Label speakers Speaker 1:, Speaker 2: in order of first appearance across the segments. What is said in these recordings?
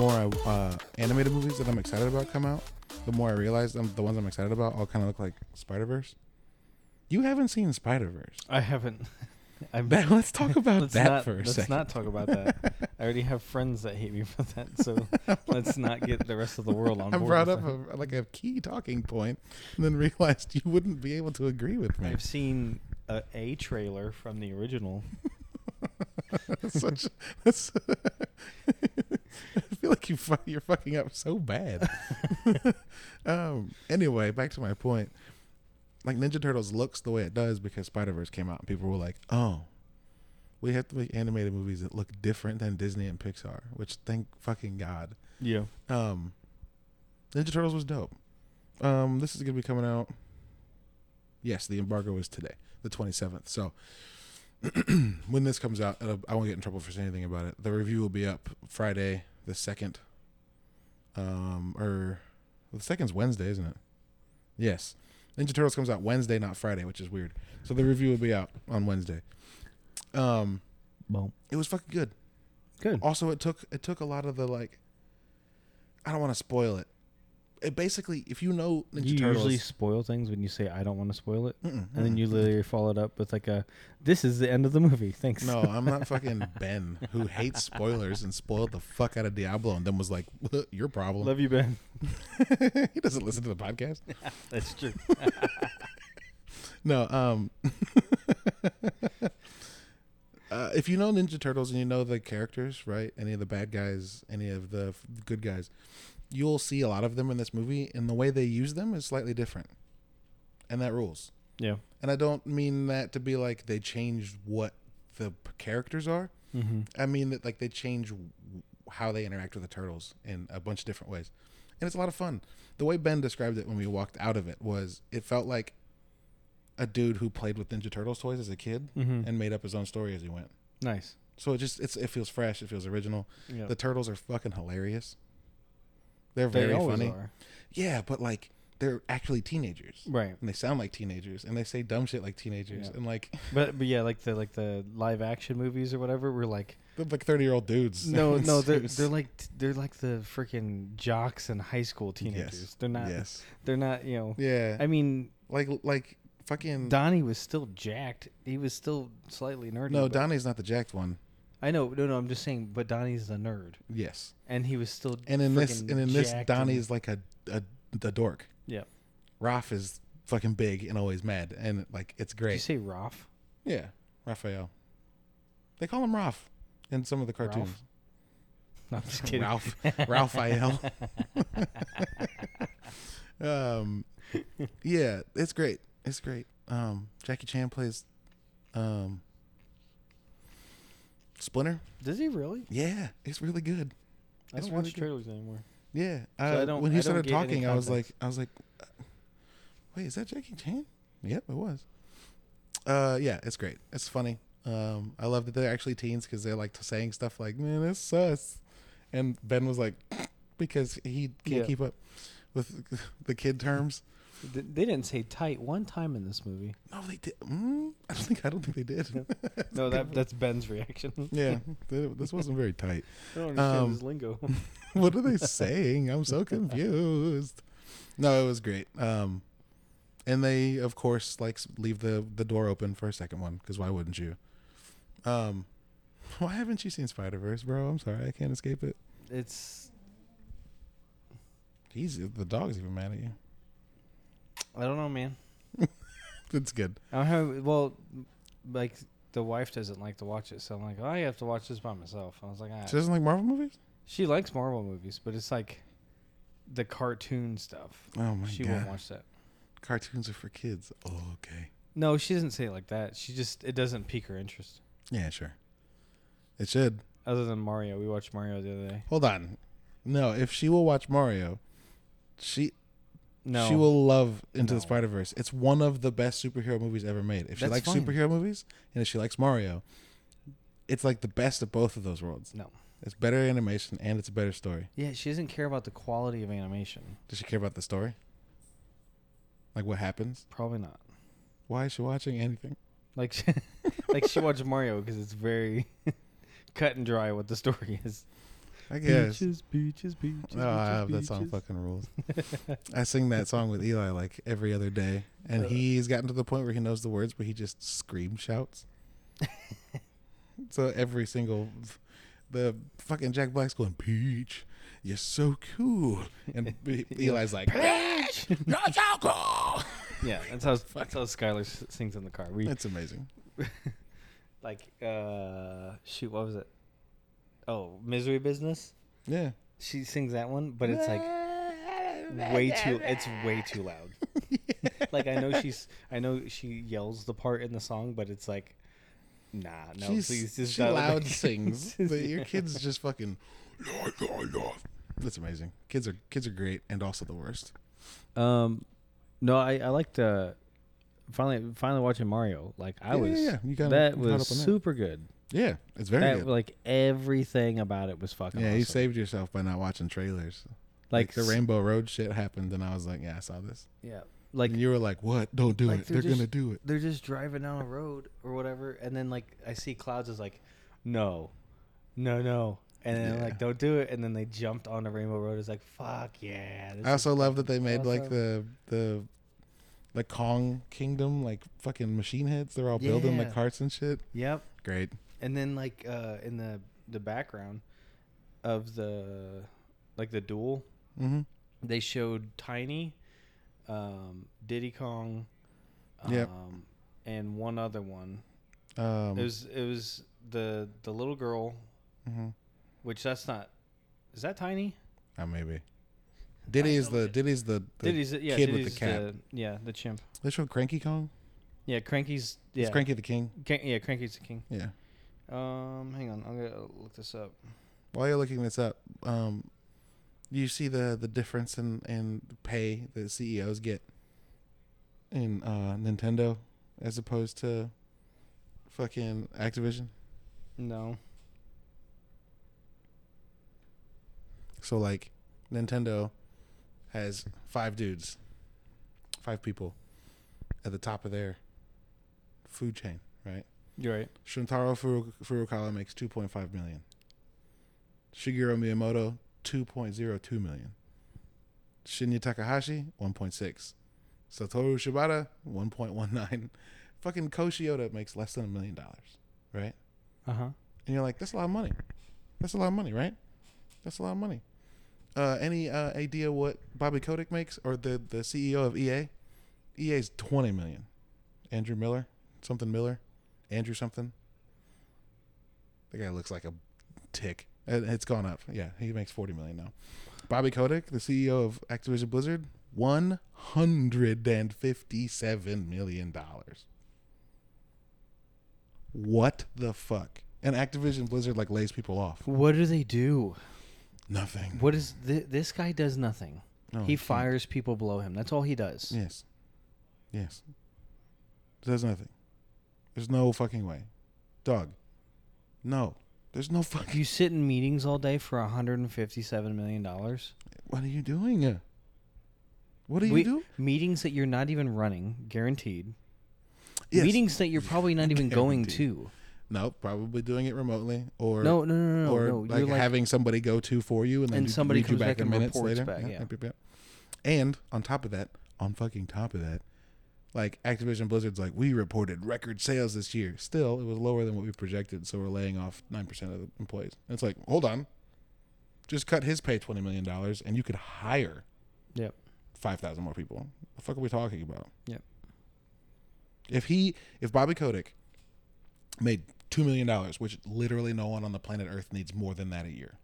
Speaker 1: uh, animated movies that I'm excited about come out, the more I realize them, the ones I'm excited about all kind of look like Spider Verse. You haven't seen Spider Verse.
Speaker 2: I haven't. I'm
Speaker 1: That, let's talk about
Speaker 2: let's
Speaker 1: that
Speaker 2: not,
Speaker 1: for a
Speaker 2: let's
Speaker 1: second.
Speaker 2: not talk about that. I already have friends that hate me for that, so let's not get the rest of the world on
Speaker 1: I
Speaker 2: board.
Speaker 1: brought
Speaker 2: with
Speaker 1: up
Speaker 2: that.
Speaker 1: a, like a key talking point, and then realized you wouldn't be able to agree with me.
Speaker 2: I've seen a, a trailer from the original.
Speaker 1: That's such. That's, I feel like you fu- you're fucking up so bad. um. Anyway, back to my point. Like Ninja Turtles looks the way it does because Spider Verse came out and people were like, "Oh, we have to make animated movies that look different than Disney and Pixar," which thank fucking god.
Speaker 2: Yeah.
Speaker 1: Um, Ninja Turtles was dope. Um, this is gonna be coming out. Yes, the embargo is today, the twenty seventh. So when this comes out, it'll, I won't get in trouble for saying anything about it. The review will be up Friday, the second. Um, or well, the second's Wednesday, isn't it? Yes, Ninja Turtles comes out Wednesday, not Friday, which is weird. So the review will be out on Wednesday. Um,
Speaker 2: Well,
Speaker 1: it was fucking good
Speaker 2: good.
Speaker 1: also it took it took a lot of the like i don't want to spoil it it basically if you know ninja
Speaker 2: you
Speaker 1: turtles Ah.
Speaker 2: usually spoil things when you say I don't want to spoil it,
Speaker 1: Mm-mm,
Speaker 2: and then
Speaker 1: mm-mm.
Speaker 2: you literally follow it up with like a, "This is the end of the movie." Thanks.
Speaker 1: no i'm not fucking ben who hates spoilers and spoiled the fuck out of diablo and then was like your problem
Speaker 2: Love you, Ben.
Speaker 1: he doesn't listen to the podcast
Speaker 2: That's true.
Speaker 1: no um uh, if you know ninja turtles and you know the characters right any of the bad guys any of the f- good guys you'll see a lot of them in this movie and the way they use them is slightly different and that rules
Speaker 2: Yeah.
Speaker 1: And I don't mean that to be like they changed what the p- characters are.
Speaker 2: Mm-hmm.
Speaker 1: I mean that like they change w- how they interact with the turtles in a bunch of different ways. And it's a lot of fun. The way Ben described it when we walked out of it was it felt like a dude who played with Ninja Turtles toys as a kid
Speaker 2: Mm-hmm.
Speaker 1: and made up his own story as he went.
Speaker 2: Nice.
Speaker 1: So it just it's it feels fresh, it feels original.
Speaker 2: Yeah.
Speaker 1: The turtles are fucking hilarious. They're
Speaker 2: they
Speaker 1: very
Speaker 2: always
Speaker 1: funny.
Speaker 2: are.
Speaker 1: Yeah, but like they're actually teenagers
Speaker 2: Right.
Speaker 1: and they sound like teenagers and they say dumb shit like teenagers
Speaker 2: Yeah.
Speaker 1: and like
Speaker 2: But but yeah, like the like the live action movies or whatever were like
Speaker 1: they're like 30 year old dudes
Speaker 2: no no they're
Speaker 1: It's-
Speaker 2: they're like t- they're like the freaking jocks and high school teenagers. They're not
Speaker 1: yes
Speaker 2: they're not you know.
Speaker 1: yeah
Speaker 2: I mean
Speaker 1: like like fucking
Speaker 2: Donnie was still jacked. He was still slightly nerdy.
Speaker 1: no
Speaker 2: but-
Speaker 1: donnie's not the jacked one
Speaker 2: I know no no I'm just saying. But Donnie's the nerd,
Speaker 1: yes
Speaker 2: and he was still
Speaker 1: and in this
Speaker 2: freaking
Speaker 1: and in this
Speaker 2: jacked and-
Speaker 1: donnie's like a, a the dork
Speaker 2: yeah.
Speaker 1: Raph is fucking big and always mad and like it's
Speaker 2: Did you
Speaker 1: great
Speaker 2: say Rolf?
Speaker 1: yeah raphael they call him Raph in some of the
Speaker 2: Ralph?
Speaker 1: cartoons
Speaker 2: No, I'm just kidding.
Speaker 1: Ralph, Ralphael. um, yeah, it's great. It's great. Um, Jackie Chan plays um, Splinter.
Speaker 2: Does he really?
Speaker 1: Yeah, it's really good.
Speaker 2: I
Speaker 1: It's really
Speaker 2: don't watch
Speaker 1: good.
Speaker 2: trailers anymore.
Speaker 1: Yeah,
Speaker 2: I
Speaker 1: uh,
Speaker 2: don't-
Speaker 1: when
Speaker 2: I
Speaker 1: he
Speaker 2: don't
Speaker 1: started
Speaker 2: get any
Speaker 1: talking, I was like,
Speaker 2: context.
Speaker 1: I was like, uh, wait, is that Jackie Chan? Yep, it was. Uh, yeah, it's great. It's funny. Um, I love that they're actually teens because they're like saying stuff like, "Man, that's sus," and Ben was like, because he can't
Speaker 2: Yeah.
Speaker 1: keep up with the kid terms.
Speaker 2: Th- They didn't say tight one time in this movie.
Speaker 1: No, they did. Mm, I don't think. I don't think they did.
Speaker 2: No, that that's Ben's reaction.
Speaker 1: yeah, th- this wasn't very tight.
Speaker 2: I don't understand
Speaker 1: Um,
Speaker 2: his lingo.
Speaker 1: what are they saying? I'm so confused. No, it was great. Um, and they, of course, like s- leave the the door open for a second one because why wouldn't you? Um, why haven't you seen Spider Verse, bro? I'm sorry, I can't escape it.
Speaker 2: It's
Speaker 1: He's the dog's even mad at you.
Speaker 2: I don't know, man.
Speaker 1: It's good.
Speaker 2: I don't have well, like the wife doesn't like to watch it, so I'm like, "Oh, I have to watch this by myself. I was like, ah.
Speaker 1: She doesn't like Marvel movies.
Speaker 2: she likes Marvel movies, but it's like the cartoon stuff.
Speaker 1: Oh my
Speaker 2: she
Speaker 1: god,
Speaker 2: won't watch that.
Speaker 1: cartoons are for kids. Oh, okay.
Speaker 2: No, she doesn't say it like that. She just it doesn't pique her interest.
Speaker 1: Yeah, sure. It should.
Speaker 2: Other than Mario, we watched Mario the other day.
Speaker 1: Hold on. No, if she will watch Mario, she
Speaker 2: No,
Speaker 1: She will love Into
Speaker 2: No.
Speaker 1: the Spider Verse. It's one of the best superhero movies ever made. If she likes
Speaker 2: That's fine.
Speaker 1: superhero movies and if she likes Mario, it's like the best of both of those worlds.
Speaker 2: No.
Speaker 1: It's better animation and it's a better story.
Speaker 2: Yeah, she doesn't care about the quality of animation.
Speaker 1: Does she care about the story? Like what happens?
Speaker 2: Probably not.
Speaker 1: Why is she watching anything?
Speaker 2: Like, she, like she watched Mario because it's very cut and dry what the story is.
Speaker 1: I guess.
Speaker 2: Beaches, beaches, beaches.
Speaker 1: No, I have that song fucking rules. I sing that song with Eli like every other day, and
Speaker 2: Uh.
Speaker 1: he's gotten to the point where he knows the words, but he just scream shouts. so every single, the fucking Jack Black's going peach, you're so cool, and B- Eli's like peach, you're so cool.
Speaker 2: Yeah, that's how that's how Skylar s- sings in the car. We
Speaker 1: It's amazing.
Speaker 2: like uh shoot, what was it? Oh, misery business.
Speaker 1: Yeah,
Speaker 2: She sings that one, but it's like way too. It's way too loud. like I know she's, I know she yells the part in the song, but it's like, nah, no,
Speaker 1: She's,
Speaker 2: please, just
Speaker 1: she
Speaker 2: dial it back.
Speaker 1: loud sings, but your
Speaker 2: Yeah.
Speaker 1: kids just fucking. "Yeah, yeah, yeah." That's amazing. Kids are kids are great and also the worst.
Speaker 2: Um, no, I I liked uh, finally finally watching Mario. Like
Speaker 1: Yeah,
Speaker 2: I was,
Speaker 1: yeah, yeah. You kinda
Speaker 2: that
Speaker 1: caught
Speaker 2: was
Speaker 1: up on that.
Speaker 2: super good.
Speaker 1: Yeah, it's very
Speaker 2: that
Speaker 1: good.
Speaker 2: like everything about it was fucking.
Speaker 1: yeah,
Speaker 2: awesome.
Speaker 1: you saved yourself by not watching trailers. Like,
Speaker 2: like
Speaker 1: the Rainbow Road shit happened, and I was like, "Yeah, I saw this."
Speaker 2: Yeah, like
Speaker 1: and you were like, "What? Don't do
Speaker 2: like,
Speaker 1: it.
Speaker 2: they're
Speaker 1: They're gonna
Speaker 2: just-
Speaker 1: do it."
Speaker 2: they're just driving down a road or whatever, and then like I see clouds is like, no, no, no, and then
Speaker 1: Yeah.
Speaker 2: like don't do it, and then they jumped on the rainbow road. It's like fuck yeah. this
Speaker 1: I
Speaker 2: is
Speaker 1: also love that they
Speaker 2: fucking
Speaker 1: made like
Speaker 2: awesome.
Speaker 1: the the like Kong Kingdom like fucking machine heads. They're all building the
Speaker 2: Yeah.
Speaker 1: carts and shit.
Speaker 2: yep,
Speaker 1: Great.
Speaker 2: and then like uh in the the background of the like the duel,
Speaker 1: Mm-hmm.
Speaker 2: they showed Tiny, um, Diddy Kong, um,
Speaker 1: Yep.
Speaker 2: and one other one.
Speaker 1: Um,
Speaker 2: it was it was the the little girl,
Speaker 1: mhm.
Speaker 2: which that's not. Is that Tiny?
Speaker 1: Uh, maybe. Diddy is
Speaker 2: don't-
Speaker 1: the Diddy's the, the
Speaker 2: Diddy's yeah,
Speaker 1: kid with the
Speaker 2: Diddy's
Speaker 1: cap.
Speaker 2: yeah, the chimp.
Speaker 1: they show Cranky Kong.
Speaker 2: Yeah, Cranky's yeah,
Speaker 1: It's Cranky the King.
Speaker 2: Crank- yeah, Cranky's the king.
Speaker 1: Yeah.
Speaker 2: Um, hang on, I'm gonna look this up.
Speaker 1: While you're looking this up, um, you see the the difference in in pay that CEOs get in uh, Nintendo as opposed to fucking Activision.
Speaker 2: No,
Speaker 1: So like, Nintendo has five dudes, five people at the top of their food chain, right?
Speaker 2: you're right.
Speaker 1: Shintaro Furu- Furukawa makes 2.5 million. Shigeru Miyamoto 2.02 million. Shinya Takahashi 1.6. Satoru Shibata 1.19. Fucking Koshioda makes less than a million dollars, right?
Speaker 2: Uh huh.
Speaker 1: And you're like, that's a lot of money. That's a lot of money, right? That's a lot of money. Uh, any uh, idea what Bobby Kotick makes or the, the CEO of E EA? EA's 20 million. Andrew Miller, something Miller, Andrew something. The guy looks like a tick. And It's gone up. Yeah, he makes 40 million now. Bobby Kotick, the CEO of Activision Blizzard, 157 million dollars. What the fuck? And Activision Blizzard like lays people off.
Speaker 2: What do they do?
Speaker 1: Nothing.
Speaker 2: What is th- this guy does nothing.
Speaker 1: No,
Speaker 2: he
Speaker 1: you Oh, can't.
Speaker 2: fires people below him. That's all he does.
Speaker 1: Yes. Yes. There's nothing. There's no fucking way. Dog. No. There's no fucking.
Speaker 2: You sit in meetings all day for 157 million dollars.
Speaker 1: What are you doing? What are you
Speaker 2: We-
Speaker 1: doing?
Speaker 2: Meetings that you're not even running, guaranteed. Meetings that you're probably not even going to.
Speaker 1: No, probably doing it remotely or
Speaker 2: no, no, no, no,
Speaker 1: or
Speaker 2: Oh, no.
Speaker 1: like,
Speaker 2: you're like
Speaker 1: having somebody go to for you and then
Speaker 2: And
Speaker 1: do-
Speaker 2: somebody
Speaker 1: read you
Speaker 2: comes
Speaker 1: back
Speaker 2: back
Speaker 1: the
Speaker 2: and
Speaker 1: minutes
Speaker 2: reports
Speaker 1: later.
Speaker 2: back, yeah.
Speaker 1: yep, yep, yep. And on top of that, on fucking top of that, like Activision Blizzard's like we reported record sales this year. Still, it was lower than what we projected, so we're laying off nine percent of the employees. And it's like, hold on, just cut his pay twenty million dollars, and you could hire
Speaker 2: Yep.
Speaker 1: five thousand more people. The fuck are we talking about?
Speaker 2: Yep.
Speaker 1: If he, if Bobby Kotick made two million dollars, which literally no one on the planet Earth needs more than that a year.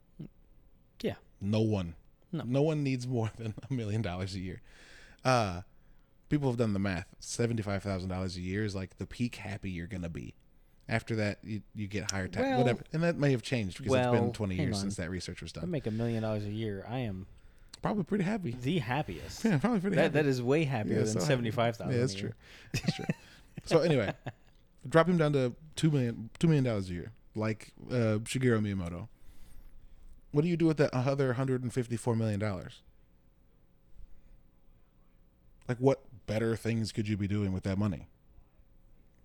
Speaker 2: Yeah.
Speaker 1: No one.
Speaker 2: No.
Speaker 1: one needs more than a million dollars a year. Uh people have done the math. Seventy five thousand dollars a year is like the peak happy you're gonna be. After that, you, you get higher tax,
Speaker 2: Well-
Speaker 1: whatever, and that may have changed because it's
Speaker 2: Well,
Speaker 1: been twenty
Speaker 2: hang
Speaker 1: years
Speaker 2: on.
Speaker 1: since that research was
Speaker 2: I
Speaker 1: done.
Speaker 2: make a million dollars a year. I am
Speaker 1: Probably pretty happy.
Speaker 2: the happiest.
Speaker 1: Yeah, probably pretty
Speaker 2: That,
Speaker 1: happy.
Speaker 2: that is way happier
Speaker 1: Yeah,
Speaker 2: than
Speaker 1: so happy.
Speaker 2: seventy five thousand.
Speaker 1: Yeah, that's true. That's true. so anyway, drop him down to two million two million dollars a year, like uh, Shigeru Miyamoto. What do you do with the other hundred and fifty four million dollars? Like, what better things could you be doing with that money?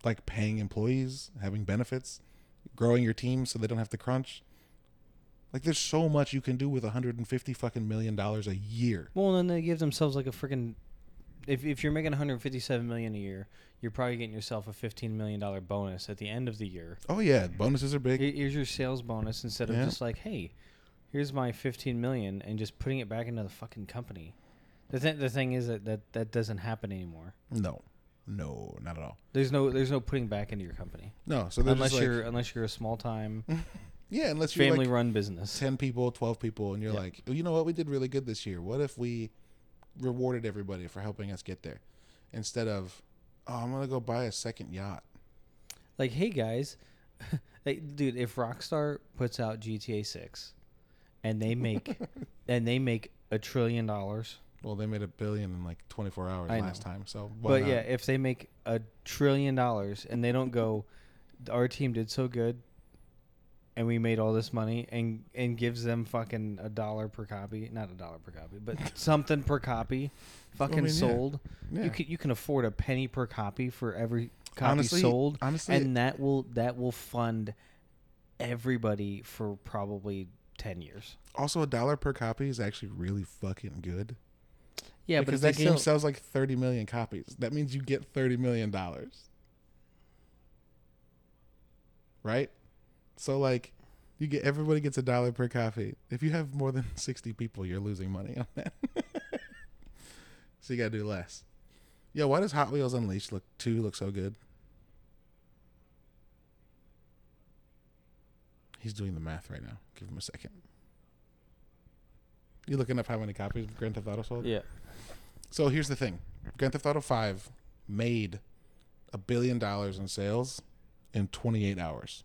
Speaker 1: Like paying employees, having benefits, growing your team so they don't have to crunch. Like there's so much you can do with 150 fucking million dollars a year.
Speaker 2: Well, then they give themselves like a freaking. If if you're making 157 million a year, you're probably getting yourself a 15 million dollar bonus at the end of the year.
Speaker 1: Oh yeah, bonuses are big.
Speaker 2: Here- Here's your sales bonus instead of
Speaker 1: Yeah.
Speaker 2: just like, hey, here's my 15 million and just putting it back into the fucking company. The thing the thing is that that, that doesn't happen anymore.
Speaker 1: No, no, not at all.
Speaker 2: There's no there's no putting back into your company
Speaker 1: No, so they're
Speaker 2: unless
Speaker 1: just like,
Speaker 2: you're unless you're a small time
Speaker 1: yeah, unless you're
Speaker 2: family
Speaker 1: like
Speaker 2: run business.
Speaker 1: 10 people, 12 people, and you're like, oh, you know what, we did really good this year. What if we rewarded everybody for helping us get there instead of, oh, I'm gonna go buy a second yacht.
Speaker 2: Like, hey guys, like, dude, if Rockstar puts out GTA Six, and they make and they make a trillion dollars,
Speaker 1: Well, they made a billion in like 24 hours
Speaker 2: I
Speaker 1: last
Speaker 2: know.
Speaker 1: time, so why
Speaker 2: but
Speaker 1: not?
Speaker 2: yeah, if they make a trillion dollars and they don't go, our team did so good, and we made all this money, and and gives them fucking a dollar per copy, not a dollar per copy, but something per copy, fucking
Speaker 1: mean, yeah.
Speaker 2: sold.
Speaker 1: Yeah.
Speaker 2: You can you can afford a penny per copy for every copy
Speaker 1: Honestly-
Speaker 2: sold.
Speaker 1: honestly-
Speaker 2: and that will that will fund everybody for probably ten years.
Speaker 1: also, a dollar per copy is actually really fucking good.
Speaker 2: Yeah,
Speaker 1: because
Speaker 2: but
Speaker 1: that game sells like 30 million copies. That means you get 30 million dollars. Right? So like you get everybody gets a dollar per copy. If you have more than 60 people, you're losing money on that. so you got to do less. Yeah, why does Hot Wheels Unleashed look 2 look so good? He's doing the math right now. Give him a second. You looking up how many copies Grand Theft Auto sold?
Speaker 2: yeah.
Speaker 1: So here's the thing: Grand Theft Auto Five made a billion dollars in sales in 28 hours.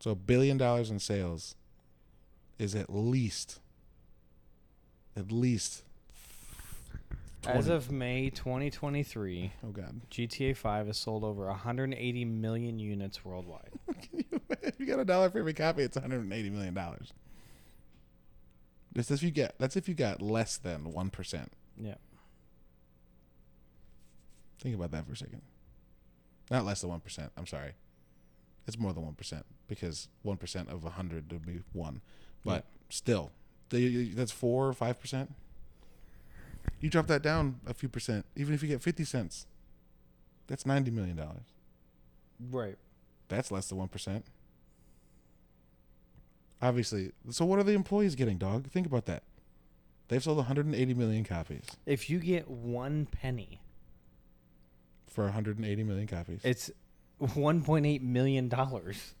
Speaker 1: So a billion dollars in sales is at least, at least. 20
Speaker 2: As of May 2023,
Speaker 1: oh god,
Speaker 2: GTA 5 has sold over 180 million units worldwide.
Speaker 1: if you got a dollar for every copy, it's 180 million dollars. That's if you get. That's if you got less than one percent.
Speaker 2: yeah.
Speaker 1: Think about that for a second. Not less than one percent. I'm sorry. It's more than one percent because one percent of a hundred would be one, but still, they- that's four or five percent. You drop that down a few percent, even if you get fifty cents, that's ninety million dollars.
Speaker 2: Right.
Speaker 1: That's less than one percent. Obviously, so what are the employees getting, dog? Think about that. They've sold 180 million copies
Speaker 2: If you get one penny,
Speaker 1: for 180 million copies.
Speaker 2: it's 1.8 million dollars.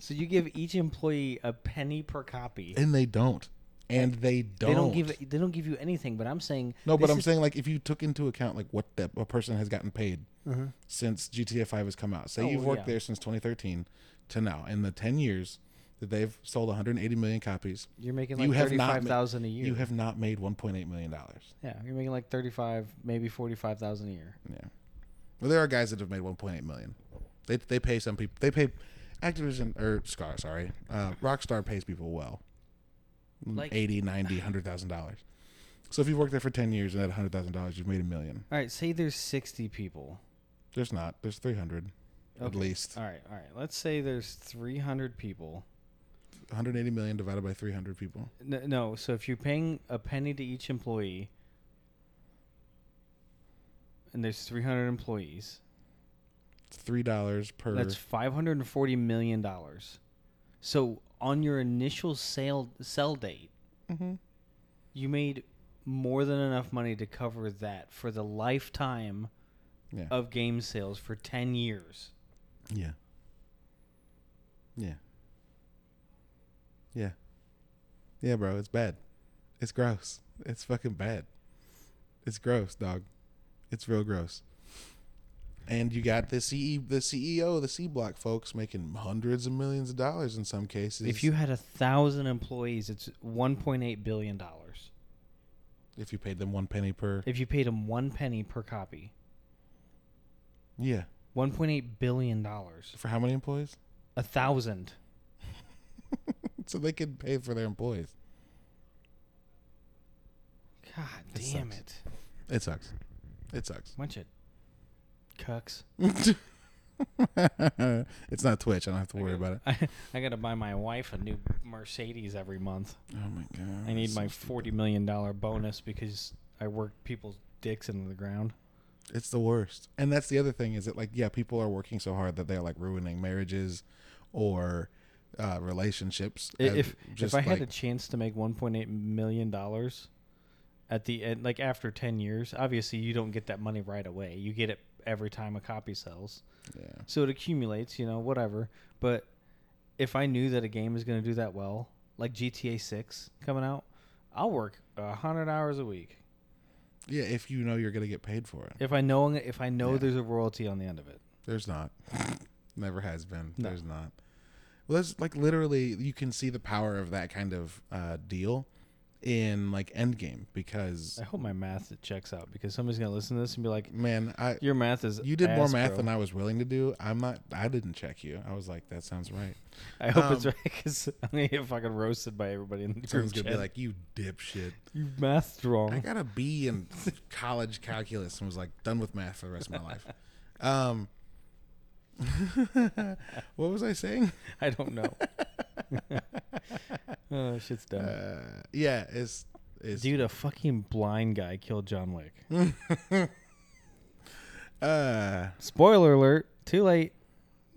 Speaker 2: so you give each employee a penny per copy.
Speaker 1: and they don't. And they don't.
Speaker 2: They don't give they don't give you anything, but I'm saying
Speaker 1: No, but
Speaker 2: this
Speaker 1: I'm
Speaker 2: is-
Speaker 1: saying like if you took into account like what that a person has gotten paid
Speaker 2: Mhm.
Speaker 1: since GTA Five has come out. Say
Speaker 2: Oh,
Speaker 1: you've worked
Speaker 2: yeah.
Speaker 1: there since 2013 to now, in the 10 years that they've sold 180 million copies,
Speaker 2: you're making
Speaker 1: you
Speaker 2: like
Speaker 1: have not ma-
Speaker 2: 35,000 a year.
Speaker 1: you have not made 1.8 million dollars.
Speaker 2: yeah, you're making like 35, maybe 45,000 a year.
Speaker 1: Yeah, well, there are guys that have made 1.8 million. They they pay some people. They pay Activision or Scar, sorry, uh, Rockstar pays people well,
Speaker 2: Like-
Speaker 1: 80, 90, 100 thousand dollars. So if you've worked there for 10 years and had 100 thousand dollars, you've made a million.
Speaker 2: All right, say there's 60 people.
Speaker 1: There's not. There's 300 at
Speaker 2: Okay.
Speaker 1: least.
Speaker 2: All right, all right. Let's say there's 300 people.
Speaker 1: 180 million divided by 300 people.
Speaker 2: No, no, so if you're paying a penny to each employee, and there's 300 employees,
Speaker 1: It's three dollars per.
Speaker 2: that's 540 million dollars. So on your initial sale sell date,
Speaker 1: Mhm.
Speaker 2: you made more than enough money to cover that for the lifetime
Speaker 1: Yeah.
Speaker 2: of game sales for 10 years.
Speaker 1: yeah. Yeah. Yeah. Yeah, bro. It's bad. It's gross. It's fucking bad. It's gross, dog. It's real gross. And you got the CE, the CEO, the C block folks making hundreds of millions of dollars in some cases.
Speaker 2: If you had a thousand employees, it's 1.8 billion dollars.
Speaker 1: if you paid them one penny per.
Speaker 2: If you paid them one penny per copy,
Speaker 1: Yeah.
Speaker 2: 1.8 billion dollars,
Speaker 1: For how many employees?
Speaker 2: a thousand.
Speaker 1: so they could pay for their employees.
Speaker 2: God
Speaker 1: That
Speaker 2: damn
Speaker 1: sucks.
Speaker 2: it!
Speaker 1: It sucks. It sucks.
Speaker 2: Bunch of cucks.
Speaker 1: it's not Twitch. I don't have to worry about it.
Speaker 2: I, I gotta buy my wife a new Mercedes every month.
Speaker 1: Oh my god.
Speaker 2: I need
Speaker 1: that's
Speaker 2: my
Speaker 1: so stupid.
Speaker 2: forty million dollar bonus because I work people's dicks into the ground.
Speaker 1: It's the worst. And that's the other thing is that like yeah, people are working so hard that they're like ruining marriages or uh, relationships.
Speaker 2: I-
Speaker 1: Uh,
Speaker 2: If if
Speaker 1: just
Speaker 2: I had a
Speaker 1: like-
Speaker 2: chance to make one point eight million dollars at the end, like after ten years, obviously you don't get that money right away. You get it every time a copy sells,
Speaker 1: yeah.
Speaker 2: so it accumulates. You know, whatever. But if I knew that a game is going to do that well, like GTA Six coming out, I'll work hundred hours a week
Speaker 1: yeah, if you know you're gonna get paid for it.
Speaker 2: if I know if I know
Speaker 1: Yeah.
Speaker 2: there's a royalty on the end of it.
Speaker 1: There's not. Never has been.
Speaker 2: No.
Speaker 1: There's not. Well, there's like literally you can see the power of that kind of uh, deal in like Endgame because
Speaker 2: I hope my math checks out because somebody's going to listen to this and be like,
Speaker 1: man, I
Speaker 2: "Your math is
Speaker 1: you did more
Speaker 2: ass,
Speaker 1: math
Speaker 2: bro."
Speaker 1: than I was willing to do. I'm not. I didn't check you. I was like, that sounds right.
Speaker 2: I hope it's
Speaker 1: Um,
Speaker 2: right because I'm gonna get fucking roasted by everybody in the group
Speaker 1: Someone's
Speaker 2: chat.
Speaker 1: gonna be like, you dipshit.
Speaker 2: you math
Speaker 1: I
Speaker 2: wrong.
Speaker 1: got a B in college calculus and was like done with math for the rest of my life. Um, what was I saying?
Speaker 2: I don't know. oh, that shit's dumb.
Speaker 1: Uh, yeah, it's it's Hmm.
Speaker 2: Dude, a fucking blind guy killed John Wick.
Speaker 1: uh,
Speaker 2: Spoiler alert. Too late.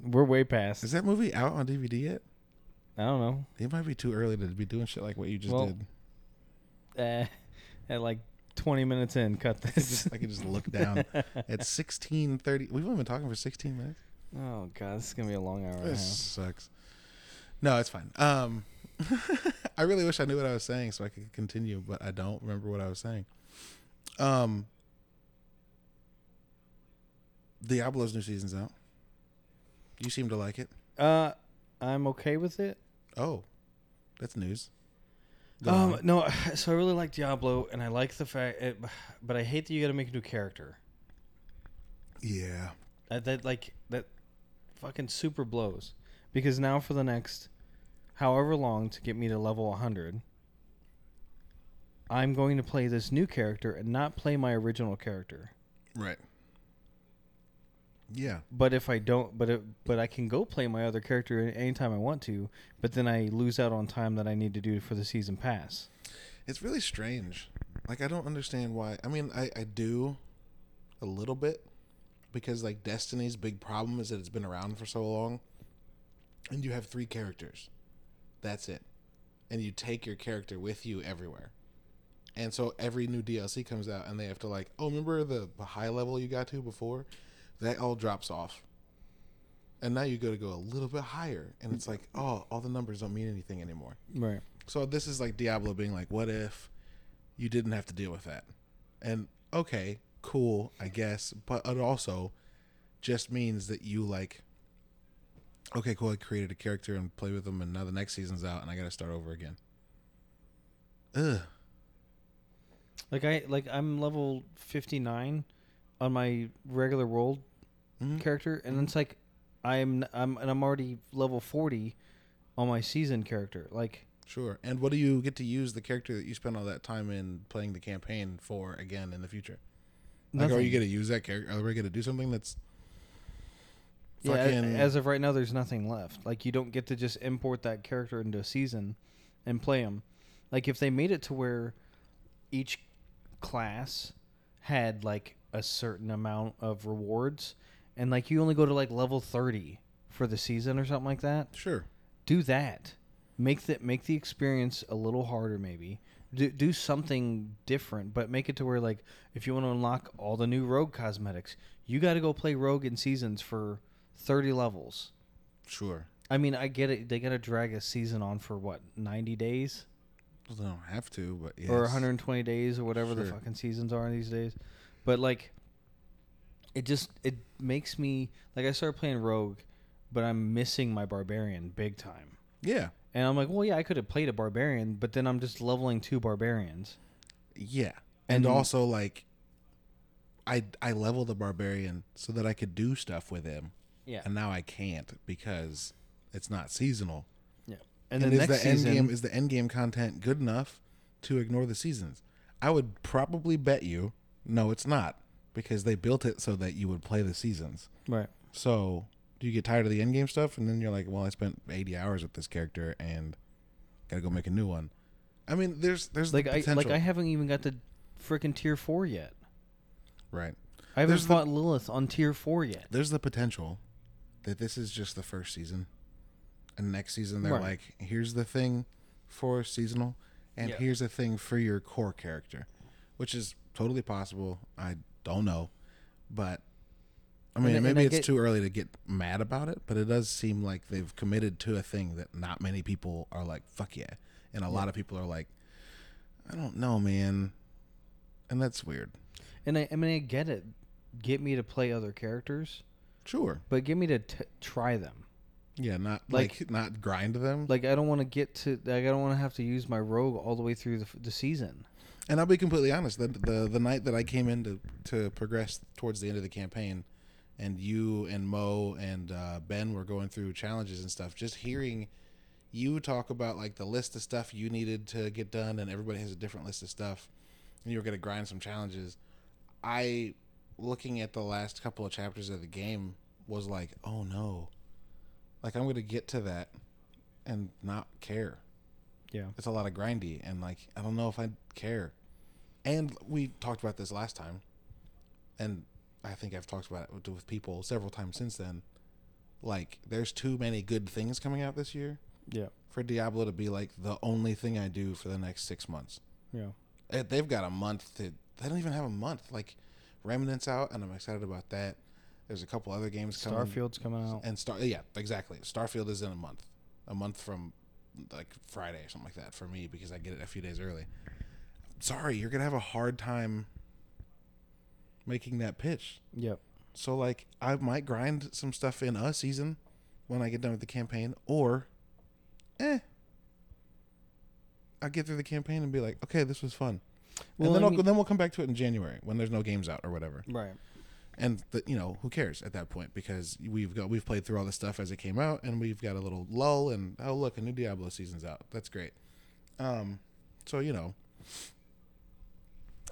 Speaker 2: We're way past.
Speaker 1: is that movie out on DVD yet?
Speaker 2: I don't know.
Speaker 1: It might be too early to be doing shit like what you just
Speaker 2: Well-
Speaker 1: did.
Speaker 2: Uh, at like 20 minutes in, cut this.
Speaker 1: I could just look down at sixteen thirty. We've only been talking for sixteen minutes.
Speaker 2: oh god, this is gonna be a long hour. and a
Speaker 1: This
Speaker 2: half.
Speaker 1: sucks. No, it's fine. Um, I really wish I knew what I was saying so I could continue, but I don't remember what I was saying. Um, Diablo's new season's out. You seem to like it.
Speaker 2: Uh, I'm okay with it.
Speaker 1: Oh, that's news. Go
Speaker 2: Um,
Speaker 1: on.
Speaker 2: no, so I really like Diablo, and I like the fact, it, but I hate that you got to make a new character.
Speaker 1: yeah,
Speaker 2: That, that like that fucking super blows because now for the next however long to get me to level 100 i'm going to play this new character and not play my original character
Speaker 1: right. Yeah,
Speaker 2: but if i don't but it, but i can go play my other character anytime i want to but then i lose out on time that i need to do for the season pass
Speaker 1: it's really strange. Like I don't understand why. I mean, I I do a little bit because like Destiny's big problem is that it's been around for so long and you have three characters. That's it. And you take your character with you everywhere. And so every new DLC comes out and they have to like, "Oh, remember the, the high level you got to before? That all drops off." And now you go to go a little bit higher and it's like, "Oh, all the numbers don't mean anything anymore."
Speaker 2: right
Speaker 1: So this is like Diablo being like, what if you didn't have to deal with that? And okay, cool, I guess, but it also just means that you like okay, cool, I created a character and play with them and now the next season's out and I got to start over again. Ugh.
Speaker 2: Like I like I'm level 59 on my regular world
Speaker 1: Mhm.
Speaker 2: character and it's like I'm I'm and I'm already level 40 on my season character. Like
Speaker 1: Sure. And what do you get to use the character that you spent all that time in playing the campaign for again in the future? Like, are
Speaker 2: nothing.
Speaker 1: you going to use that character? Are we going to do something that's
Speaker 2: yeah, a-
Speaker 1: fucking-
Speaker 2: as of right now there's nothing left. Like you don't get to just import that character into a season and play him. Like if they made it to where each class had like a certain amount of rewards and like you only go to like level 30 for the season or something like that.
Speaker 1: sure?
Speaker 2: do that. Make that make the experience a little harder, maybe. Do, do something different, but make it to where like if you want to unlock all the new Rogue cosmetics, you got to go play Rogue in seasons for thirty levels.
Speaker 1: Sure.
Speaker 2: I mean, I get it. They got to drag a season on for what ninety days
Speaker 1: Well, they don't have to, but yes.
Speaker 2: or one hundred and twenty days or whatever the
Speaker 1: Sure.
Speaker 2: fucking seasons are these days. But like, it just it makes me like I started playing Rogue, but I'm missing my Barbarian big time.
Speaker 1: Yeah.
Speaker 2: And I'm like, well, yeah, I could have played a barbarian, but then I'm just leveling two barbarians.
Speaker 1: Yeah. And
Speaker 2: And-
Speaker 1: also like I I level the barbarian so that I could do stuff with him.
Speaker 2: Yeah.
Speaker 1: And now I can't because it's not seasonal.
Speaker 2: Yeah. And,
Speaker 1: And,
Speaker 2: then
Speaker 1: is
Speaker 2: next
Speaker 1: the
Speaker 2: season,
Speaker 1: end game is the end game content good enough to ignore the seasons? I would probably bet you no it's not because they built it so that you would play the seasons.
Speaker 2: right?
Speaker 1: So do you get tired of the endgame stuff, and then you're like, well, I spent 80 hours with this character, and gotta go make a new one. I mean, there's there's
Speaker 2: Like
Speaker 1: the
Speaker 2: I
Speaker 1: potential,
Speaker 2: like I haven't even got to freaking tier four yet.
Speaker 1: right?
Speaker 2: I haven't
Speaker 1: There's the-
Speaker 2: fought Lilith on tier four yet.
Speaker 1: There's the potential that this is just the first season, and next season they're
Speaker 2: Right.
Speaker 1: like, here's the thing for seasonal, and
Speaker 2: Yeah.
Speaker 1: here's a thing for your core character, which is totally possible. I don't know, but I mean,
Speaker 2: I- and
Speaker 1: maybe
Speaker 2: I
Speaker 1: it's
Speaker 2: get-
Speaker 1: too early to get mad about it, but it does seem like they've committed to a thing that not many people are like, fuck yeah, and a lot of people are like, I don't know, man, and that's weird.
Speaker 2: And I, I mean, I get it. Get me to play other characters,
Speaker 1: Sure.
Speaker 2: but get me to t- try them.
Speaker 1: Yeah, not like,
Speaker 2: Like-
Speaker 1: not grind them.
Speaker 2: Like I don't want to get to. Like, I don't want to have to use my rogue all the way through the, f- the season.
Speaker 1: And I'll be completely honest. The the, the night that I came in to, to progress towards the end of the campaign, and you and Mo and uh, Ben were going through challenges and stuff. Just hearing you talk about like the list of stuff you needed to get done, and everybody has a different list of stuff, and you were gonna grind some challenges. I, looking at the last couple of chapters of the game, was like, oh no, like I'm gonna get to that, and not care
Speaker 2: Yeah.
Speaker 1: it's a lot of grindy and like i don't know if i care and we talked about this last time and i think i've talked about it with- with people several times since then like there's too many good things coming out this year
Speaker 2: Yeah.
Speaker 1: for diablo to be like the only thing i do for the next six months
Speaker 2: Yeah.
Speaker 1: Eh, they've got a month to they don't even have a month like remnants out and i'm excited about that there's a couple other games coming
Speaker 2: Starfield's coming out.
Speaker 1: and Star, yeah, exactly. Starfield is in a month, a month from like Friday or something like that for me because I get it a few days early. Sorry, you're gonna have a hard time making that pitch.
Speaker 2: Yep.
Speaker 1: So like, I might grind some stuff in a season when I get done with the campaign, or, eh, I get through the campaign and be like, okay, this was fun.
Speaker 2: Well,
Speaker 1: and then
Speaker 2: I
Speaker 1: I'll,
Speaker 2: mean-
Speaker 1: then we'll come back to it in January when there's no games out or whatever
Speaker 2: Right.
Speaker 1: and the, you know who cares at that point because we've got we've played through all the stuff as it came out and we've got a little lull and oh look a new diablo season's out that's great um so you know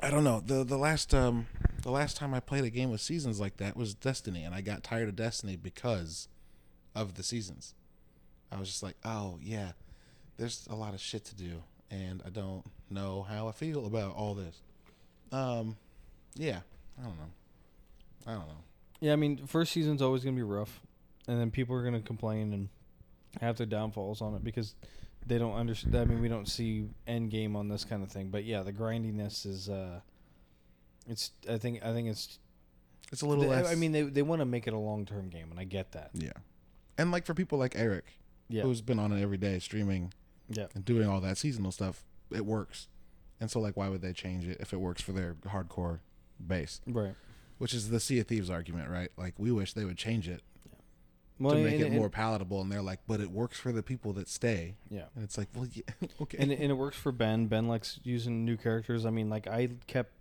Speaker 1: i don't know the the last um the last time i played a game with seasons like that was destiny and i got tired of destiny because of the seasons i was just like oh yeah there's a lot of shit to do and i don't know how i feel about all this um yeah i don't know I don't know.
Speaker 2: Yeah. I mean, first season's always gonna be rough, and then people are gonna complain and have their downfalls on it because they don't understand. I mean, we don't see end game on this kind of thing. But yeah, the grindiness is. uh It's. I think. I think it's.
Speaker 1: It's a little
Speaker 2: they-
Speaker 1: less.
Speaker 2: I mean, they they want to make it a long term game, and I get that.
Speaker 1: yeah. And like for people like Eric,
Speaker 2: Yeah.
Speaker 1: who's been on it every day streaming
Speaker 2: yeah.
Speaker 1: and doing all that seasonal stuff, it works. And so like, why would they change it if it works for their hardcore base?
Speaker 2: Right.
Speaker 1: Which is the Sea of Thieves argument, right? Like we wish they would change it
Speaker 2: Well,
Speaker 1: to
Speaker 2: and-
Speaker 1: make it
Speaker 2: and-
Speaker 1: more palatable, and they're like, but it works for the people that stay.
Speaker 2: Yeah.
Speaker 1: And it's like, well, yeah, okay.
Speaker 2: and it, and it works for Ben. Ben likes using new characters. I mean, like I kept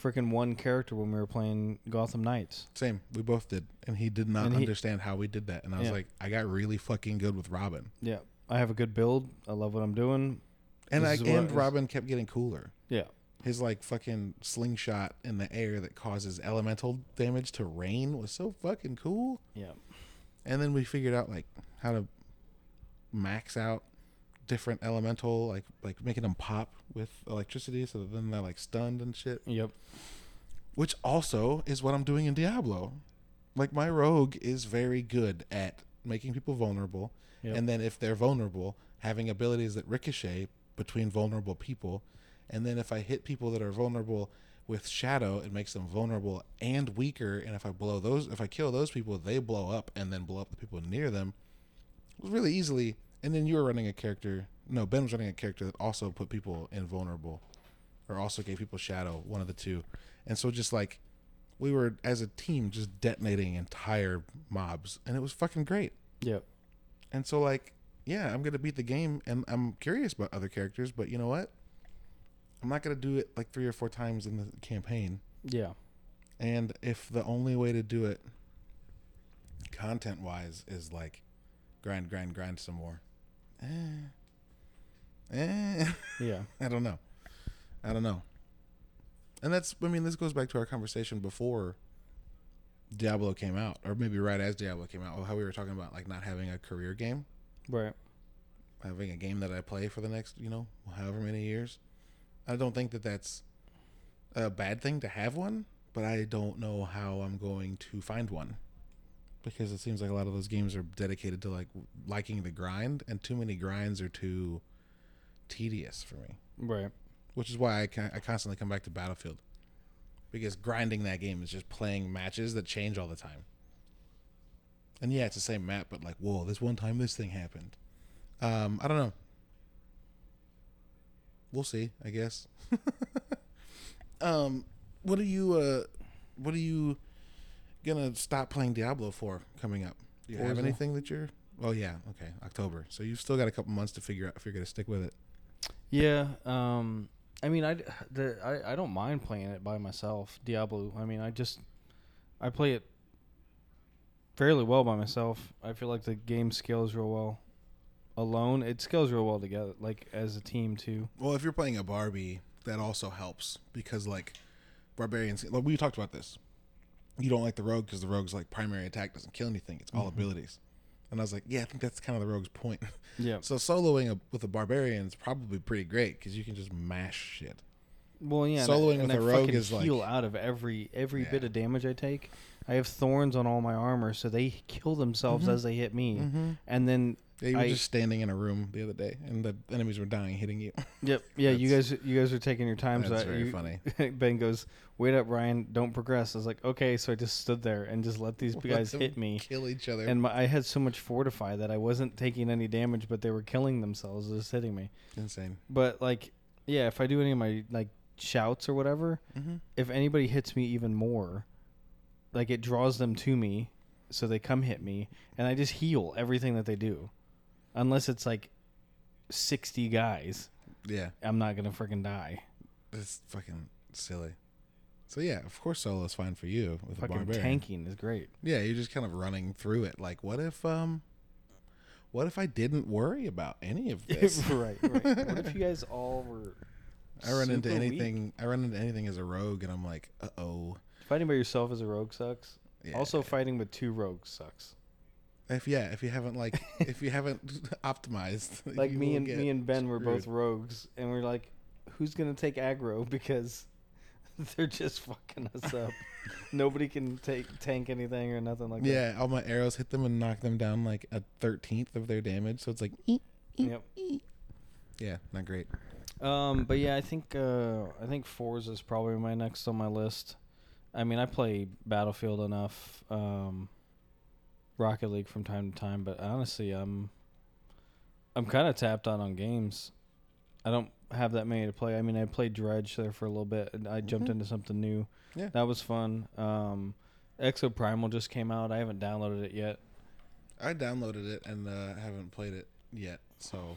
Speaker 2: freaking one character when we were playing Gotham Knights.
Speaker 1: Same. We both did, and he did not
Speaker 2: And he-
Speaker 1: understand how we did that. And I was
Speaker 2: Yeah.
Speaker 1: like, I got really fucking good with Robin,
Speaker 2: Yeah, I have a good build. I love what I'm doing.
Speaker 1: and
Speaker 2: This
Speaker 1: I
Speaker 2: is what-
Speaker 1: and Robin kept getting cooler.
Speaker 2: Yeah,
Speaker 1: his like fucking slingshot in the air that causes elemental damage to rain was so fucking cool.
Speaker 2: yeah,
Speaker 1: And then we figured out like how to max out different elemental like like making them pop with electricity so that then they're like stunned and shit.
Speaker 2: yep.
Speaker 1: Which also is what I'm doing in Diablo. Like my rogue is very good at making people vulnerable
Speaker 2: Yep.
Speaker 1: and then if they're vulnerable, having abilities that ricochet between vulnerable people, and then if I hit people that are vulnerable with shadow, it makes them vulnerable and weaker. And if I blow those, if I kill those people, they blow up and then blow up the people near them really easily. And then you were running a character. No, Ben was running a character that also put people in vulnerable, or also gave people shadow. One of the two, and so just like we were as a team just detonating entire mobs, and it was fucking great.
Speaker 2: Yep.
Speaker 1: And so like, yeah, I'm gonna beat the game, and I'm curious about other characters, but you know what? I'm not gonna do it like three or four times in the campaign.
Speaker 2: Yeah.
Speaker 1: And if the only way to do it, content wise, is like, grind, grind, grind some more. Eh. Eh.
Speaker 2: Yeah.
Speaker 1: I don't know. I don't know. And that's I mean this goes back to our conversation before Diablo came out, or maybe right as Diablo came out, how we were talking about like not having a career game,
Speaker 2: Right.
Speaker 1: having a game that I play for the next, you know, however many years. I don't think that that's a bad thing to have one, but I don't know how I'm going to find one because it seems like a lot of those games are dedicated to like liking the grind, and too many grinds are too tedious for me
Speaker 2: Right.
Speaker 1: which is why I, con- I constantly come back to Battlefield because grinding that game is just playing matches that change all the time. And yeah, it's the same map, but like, whoa, this one time this thing happened. Um, I don't know. We'll see, I guess. um, what are you? Uh, what are you gonna stop playing Diablo for coming up? Do you have
Speaker 2: Forza.
Speaker 1: anything that you're? Oh yeah, okay, October. So you've still got a couple months to figure out if you're gonna stick with it.
Speaker 2: Yeah. Um. I mean, I, d- the, I I don't mind playing it by myself. Diablo. I mean, I just I play it fairly well by myself. I feel like the game scales real well alone. It scales real well together, like as a team too.
Speaker 1: Well, if you're playing a Barbie, that also helps because like barbarians, like we talked about this. You don't like the rogue because the rogue's like primary attack doesn't kill anything; it's
Speaker 2: Mm-hmm.
Speaker 1: all abilities. And I was like, yeah, I think that's kind of the rogue's point.
Speaker 2: Yeah.
Speaker 1: so soloing a, with a barbarian is probably pretty great because you can just mash shit.
Speaker 2: Well, yeah. and I-
Speaker 1: Soloing
Speaker 2: and
Speaker 1: with
Speaker 2: I
Speaker 1: a rogue
Speaker 2: fucking
Speaker 1: is like-
Speaker 2: heal out of every every bit
Speaker 1: Yeah.
Speaker 2: of damage I take. I have thorns on all my armor, so they kill themselves
Speaker 1: Mm-hmm.
Speaker 2: as they hit me, and then
Speaker 1: Yeah, you were
Speaker 2: Mm-hmm. I-
Speaker 1: just standing in a room the other day, and the enemies were dying hitting you.
Speaker 2: Yep. Yeah, you guys, you guys are taking your time. so
Speaker 1: That's
Speaker 2: I-
Speaker 1: very
Speaker 2: you-
Speaker 1: funny.
Speaker 2: ben goes, "Wait up, Ryan! Don't progress." I was like, "Okay." So I just stood there and just let these
Speaker 1: Let
Speaker 2: guys
Speaker 1: them
Speaker 2: hit me,
Speaker 1: kill each other.
Speaker 2: and my, I had so much fortify that I wasn't taking any damage, but they were killing themselves just hitting me.
Speaker 1: Insane.
Speaker 2: But like, yeah, if I do any of my like shouts or whatever,
Speaker 1: Mm-hmm.
Speaker 2: if anybody hits me even more, like it draws them to me, so they come hit me, and I just heal everything that they do, unless it's like sixty guys.
Speaker 1: Yeah,
Speaker 2: I'm not gonna freaking die.
Speaker 1: it's fucking silly. So yeah, of course solo is fine for you with a
Speaker 2: fucking
Speaker 1: barbarian.
Speaker 2: tanking is great.
Speaker 1: Yeah, you're just kind of running through it. Like, what if um, what if I didn't worry about any of this?
Speaker 2: right, right. What if you guys all were
Speaker 1: I run into
Speaker 2: super
Speaker 1: anything. I run into anything as a rogue, and I'm like, uh oh.
Speaker 2: weak? Fighting by yourself as a rogue sucks. Also, fighting with two rogues sucks.
Speaker 1: if yeah, if you haven't like, if you haven't optimized,
Speaker 2: Like
Speaker 1: you
Speaker 2: me
Speaker 1: will
Speaker 2: and
Speaker 1: get
Speaker 2: me and Ben were both
Speaker 1: screwed.
Speaker 2: rogues, and we're like, who's gonna take aggro because they're just fucking us up. Nobody can take tank anything or nothing like
Speaker 1: Yeah, all my arrows hit them and knock them down like a thirteenth of their damage. So it's like, eep,
Speaker 2: that. Yep.
Speaker 1: yeah, not great.
Speaker 2: Um, but yeah, I think uh, I think Forza is probably my next on my list. I mean, I play Battlefield enough, um, Rocket League from time to time, but honestly, I'm I'm kind of tapped out on games. I don't have that many to play. I mean, I played Dredge there for a little bit, and I jumped
Speaker 1: Mhm.
Speaker 2: into something new.
Speaker 1: Yeah.
Speaker 2: that was fun. Um, Exo Primal just came out. I haven't downloaded it yet.
Speaker 1: I downloaded it and uh, haven't played it yet. So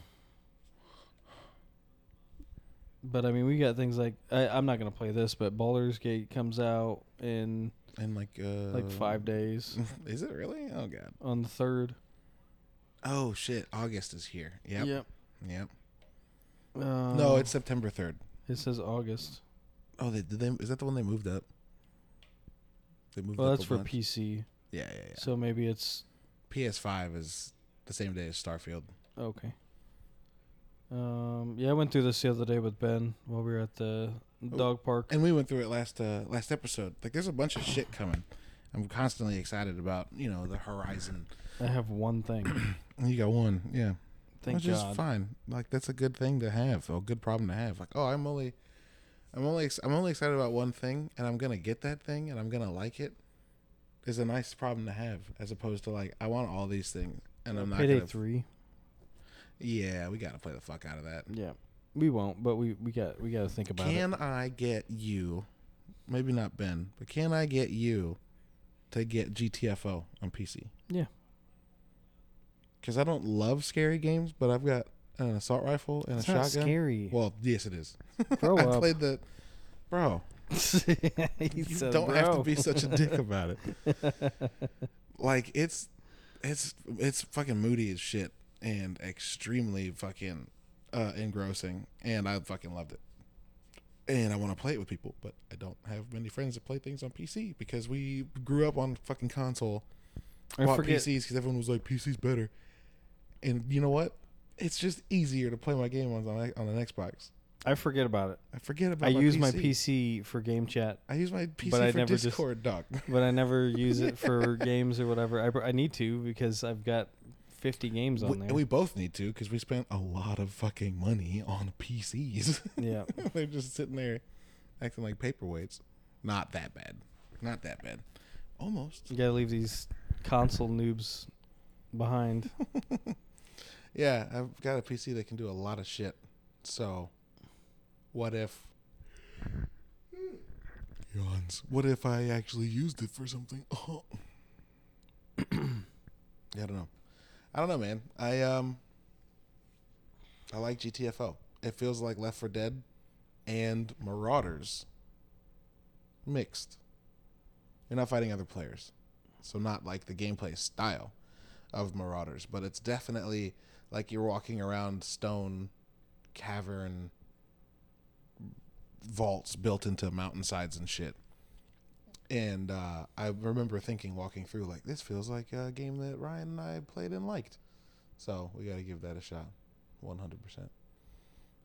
Speaker 2: But I mean, we got things like I, I'm not gonna play this, but Baldur's Gate comes out in
Speaker 1: and like uh,
Speaker 2: like five days.
Speaker 1: Is it really? Oh god.
Speaker 2: on the third.
Speaker 1: Oh shit. August is here. Yep. Yep.
Speaker 2: Um,
Speaker 1: No, it's September third.
Speaker 2: it says August.
Speaker 1: Oh, they did they is that the one they moved up? They moved
Speaker 2: Well,
Speaker 1: up.
Speaker 2: that's
Speaker 1: a
Speaker 2: for
Speaker 1: bunch?
Speaker 2: PC,
Speaker 1: Yeah, yeah, yeah.
Speaker 2: so maybe it's
Speaker 1: PS5 is the same day as Starfield.
Speaker 2: okay. Um, yeah, I went through this the other day with Ben while we were at the
Speaker 1: Oh.
Speaker 2: dog park.
Speaker 1: And we went through it last uh last episode. Like there's a bunch of shit coming. I'm constantly excited about, you know, the horizon.
Speaker 2: I have one thing.
Speaker 1: You got one. Yeah.
Speaker 2: Thank
Speaker 1: which
Speaker 2: God.
Speaker 1: is fine. Like that's a good thing to have, a good problem to have. Like, oh, I'm only, I'm only, ex- I'm only excited about one thing, and I'm gonna get that thing, and I'm gonna like it. Is a nice problem to have, as opposed to like I want all these things, and I'm not
Speaker 2: Payday
Speaker 1: gonna.
Speaker 2: three.
Speaker 1: Yeah, we gotta play the fuck out of that.
Speaker 2: Yeah, we won't, but we we got we got to think about it.
Speaker 1: Can I get you? Maybe not Ben, but can I get you to get GTFO on PC?
Speaker 2: Yeah.
Speaker 1: Because I don't love scary games, but I've got an assault rifle and
Speaker 2: It's
Speaker 1: a
Speaker 2: not
Speaker 1: shotgun.
Speaker 2: scary.
Speaker 1: Well, yes, it is.
Speaker 2: Grow
Speaker 1: I
Speaker 2: up.
Speaker 1: played the. Bro,
Speaker 2: He
Speaker 1: you
Speaker 2: said,
Speaker 1: don't have to
Speaker 2: "Bro."
Speaker 1: be such a dick about it. like it's, it's it's fucking moody as shit and extremely fucking uh, engrossing, and I fucking loved it. and I want to play it with people, but I don't have many friends that play things on PC because we grew up on fucking console.
Speaker 2: I
Speaker 1: bought
Speaker 2: forget-
Speaker 1: PCs because everyone was like PCs better, and you know what? It's just easier to play my game on on, on an Xbox.
Speaker 2: I forget about it.
Speaker 1: I forget about.
Speaker 2: I use my
Speaker 1: PC.
Speaker 2: PC for game chat,
Speaker 1: I use my PC
Speaker 2: but I
Speaker 1: for
Speaker 2: never just-
Speaker 1: Discord, doc.
Speaker 2: but I never use it for games or whatever. I, br- I need to because I've got 50 games
Speaker 1: We,
Speaker 2: on
Speaker 1: and
Speaker 2: there.
Speaker 1: we both need to because we spent a lot of fucking money on PCs.
Speaker 2: yeah.
Speaker 1: They're just sitting there acting like paperweights. Not that bad. Not that bad. Almost.
Speaker 2: You gotta leave these console noobs behind.
Speaker 1: Yeah, I've got a PC that can do a lot of shit. So, what if. Yawns. What if I actually used it for something? yeah, I don't know. I don't know, man. I um. I like GTFO. It feels like Left for Dead and Marauders mixed. You're not fighting other players, so not like the gameplay style of Marauders, but it's definitely like you're walking around stone cavern vaults built into mountainsides and shit. And uh, I remember thinking walking through like this feels like a game that Ryan and I played and liked. So we got to give that a shot, 100%.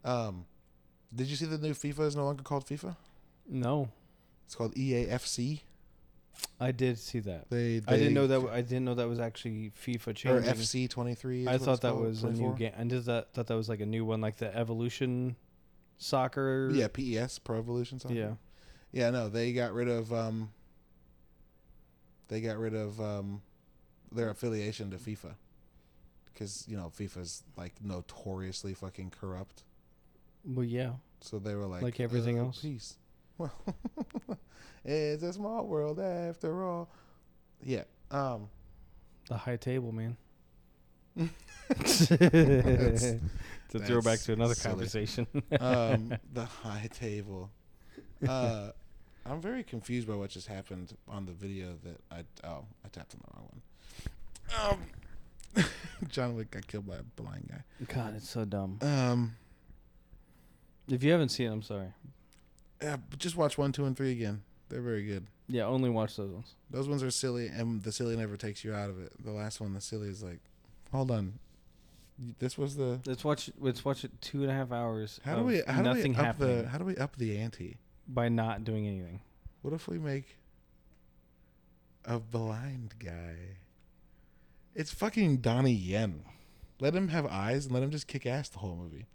Speaker 1: Um, did you see the new FIFA is no longer called FIFA?
Speaker 2: No,
Speaker 1: It's called E EAFC.
Speaker 2: I did see that.
Speaker 1: They,
Speaker 2: I didn't
Speaker 1: they-
Speaker 2: know that. I didn't know that was actually FIFA
Speaker 1: or
Speaker 2: changing.
Speaker 1: FC 23. is
Speaker 2: I
Speaker 1: what it's
Speaker 2: thought that
Speaker 1: called,
Speaker 2: was a
Speaker 1: 24.
Speaker 2: new game. I just thought, thought that was like a new one, like the Evolution Soccer.
Speaker 1: Yeah, PES Pro Evolution Soccer.
Speaker 2: Yeah.
Speaker 1: Yeah, no, they got rid of um they got rid of um their affiliation to FIFA. Cuz you know, FIFA's like notoriously fucking corrupt.
Speaker 2: Well, yeah.
Speaker 1: So they were like
Speaker 2: Like everything
Speaker 1: "Uh,
Speaker 2: else?"
Speaker 1: Peace. Well, it's a small world after all. Yeah. Um
Speaker 2: The high table, man.
Speaker 1: That's-
Speaker 2: it's a throwback
Speaker 1: that's
Speaker 2: to another
Speaker 1: silly.
Speaker 2: conversation.
Speaker 1: um, the high table. Uh, I'm very confused by what just happened on the video that I oh I tapped on the wrong one. Um, John Wick got killed by a blind guy.
Speaker 2: God, it's so dumb.
Speaker 1: Um,
Speaker 2: If you haven't seen it, I'm sorry.
Speaker 1: yeah, but just watch one, two, and three again. They're very good.
Speaker 2: Yeah, only watch those ones.
Speaker 1: Those ones are silly, and the silly never takes you out of it. The last one, the silly is like, hold on, this was the
Speaker 2: Let's watch. Let's watch it two and a half hours.
Speaker 1: how do
Speaker 2: of
Speaker 1: we how do we
Speaker 2: nothing
Speaker 1: up
Speaker 2: happening
Speaker 1: the how do we up the ante?
Speaker 2: by not doing anything.
Speaker 1: What if we make a blind guy? It's fucking Donnie Yen. Let him have eyes and let him just kick ass the whole movie.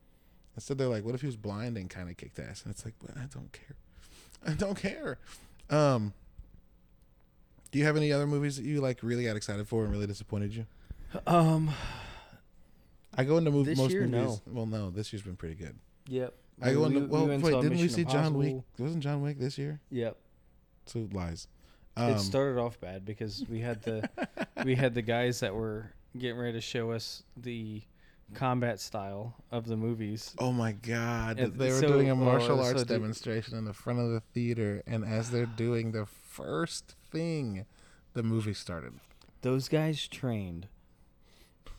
Speaker 1: Instead, they're like, "What if he was blind and kind of kicked ass?" And it's like, well, I don't care. I don't care. Um, do you have any other movies that you like really got excited for and really disappointed you?
Speaker 2: Um.
Speaker 1: I go into mov-
Speaker 2: This
Speaker 1: most
Speaker 2: year,
Speaker 1: movies. Well, no, this year's been pretty good.
Speaker 2: Yep.
Speaker 1: I go into well,
Speaker 2: and
Speaker 1: wait,
Speaker 2: saw
Speaker 1: didn't we
Speaker 2: Mission
Speaker 1: see John Wick?
Speaker 2: Impossible.
Speaker 1: Wasn't John Wick this year?
Speaker 2: Yep.
Speaker 1: So lies. Um,
Speaker 2: it started off bad because we had the we had the guys that were getting ready to show us the combat style of the movies.
Speaker 1: Oh my God!
Speaker 2: And
Speaker 1: they were
Speaker 2: so-
Speaker 1: doing a
Speaker 2: oh,
Speaker 1: martial
Speaker 2: so
Speaker 1: arts
Speaker 2: do-
Speaker 1: demonstration in the front of the theater, and as they're doing the first thing, the movie started.
Speaker 2: Those guys trained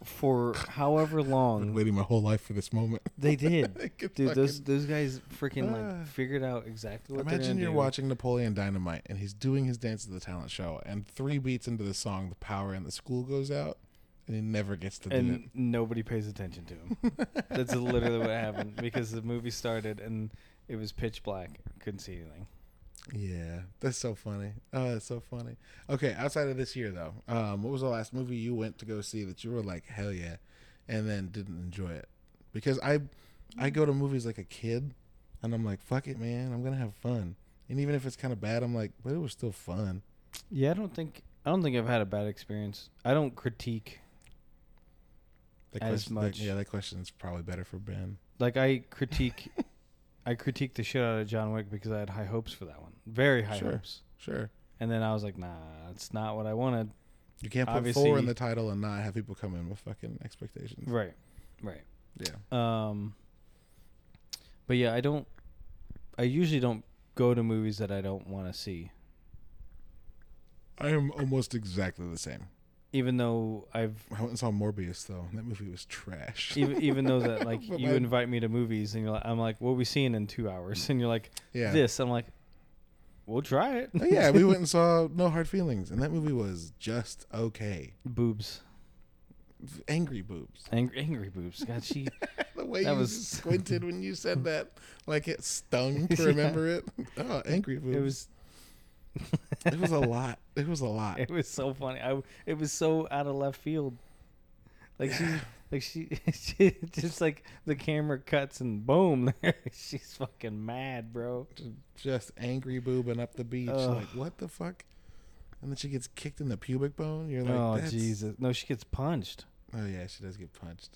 Speaker 2: for however
Speaker 1: I've been
Speaker 2: long
Speaker 1: waiting my whole life for this moment.
Speaker 2: they did.
Speaker 1: I could
Speaker 2: Mm. Dude, those
Speaker 1: fucking-
Speaker 2: those guys freaking
Speaker 1: Ah.
Speaker 2: like figured out exactly what they're
Speaker 1: Imagine
Speaker 2: gonna
Speaker 1: you're
Speaker 2: do.
Speaker 1: watching Napoleon Dynamite, and he's doing his dance at the talent show, and three beats into the song, the power in the school goes out, and he never gets to do it.
Speaker 2: and nobody pays attention to him. That's literally what happened because the movie started and it was pitch black. Couldn't see anything.
Speaker 1: Yeah, that's so funny. Oh, that's so funny. Okay, outside of this year though, um, what was the last movie you went to go see that you were like, hell yeah, and then didn't enjoy it? Because I, I go to movies like a kid, and I'm like, fuck it, man, I'm gonna have fun. And even if it's kind of bad, I'm like, but it was still fun.
Speaker 2: Yeah, I don't think I don't think I've had a bad experience. I don't critique
Speaker 1: That
Speaker 2: As
Speaker 1: question, that-
Speaker 2: much.
Speaker 1: yeah, that question's probably better for Ben.
Speaker 2: like I critique I critique the shit out of John Wick because I had high hopes for that one. Very high
Speaker 1: Sure.
Speaker 2: hopes.
Speaker 1: Sure,
Speaker 2: And then I was like, nah, it's not what I wanted.
Speaker 1: you can't put four
Speaker 2: Obviously-
Speaker 1: in the title and not have people come in with fucking expectations.
Speaker 2: Right. Right.
Speaker 1: Yeah,
Speaker 2: Um But yeah, I don't I usually don't go to movies that I don't want to see.
Speaker 1: I am almost exactly the same.
Speaker 2: even though I've
Speaker 1: I went and saw Morbius though. That movie was trash.
Speaker 2: even even though that like
Speaker 1: But
Speaker 2: you
Speaker 1: my-
Speaker 2: invite me to movies and you're like I'm like what are we seeing in two hours and you're like
Speaker 1: yeah.
Speaker 2: this I'm like we'll try it
Speaker 1: Oh, yeah, we went and saw No Hard Feelings, and that movie was just okay.
Speaker 2: boobs
Speaker 1: Angry boobs.
Speaker 2: angry angry boobs God she
Speaker 1: The way
Speaker 2: That
Speaker 1: you
Speaker 2: was-
Speaker 1: squinted when you said that, like it stung to
Speaker 2: Yeah.
Speaker 1: remember it. Oh, angry boobs.
Speaker 2: it was
Speaker 1: It was a lot. It was a lot.
Speaker 2: it was so funny I it was so out of left field like she like she, she just like the camera cuts and boom she's fucking mad bro
Speaker 1: Just angry boobing up the beach.
Speaker 2: Ugh.
Speaker 1: Like what the fuck? And then she gets kicked in the pubic bone. You're like,
Speaker 2: oh
Speaker 1: That's...
Speaker 2: Jesus no she gets punched
Speaker 1: Oh yeah, she does get punched.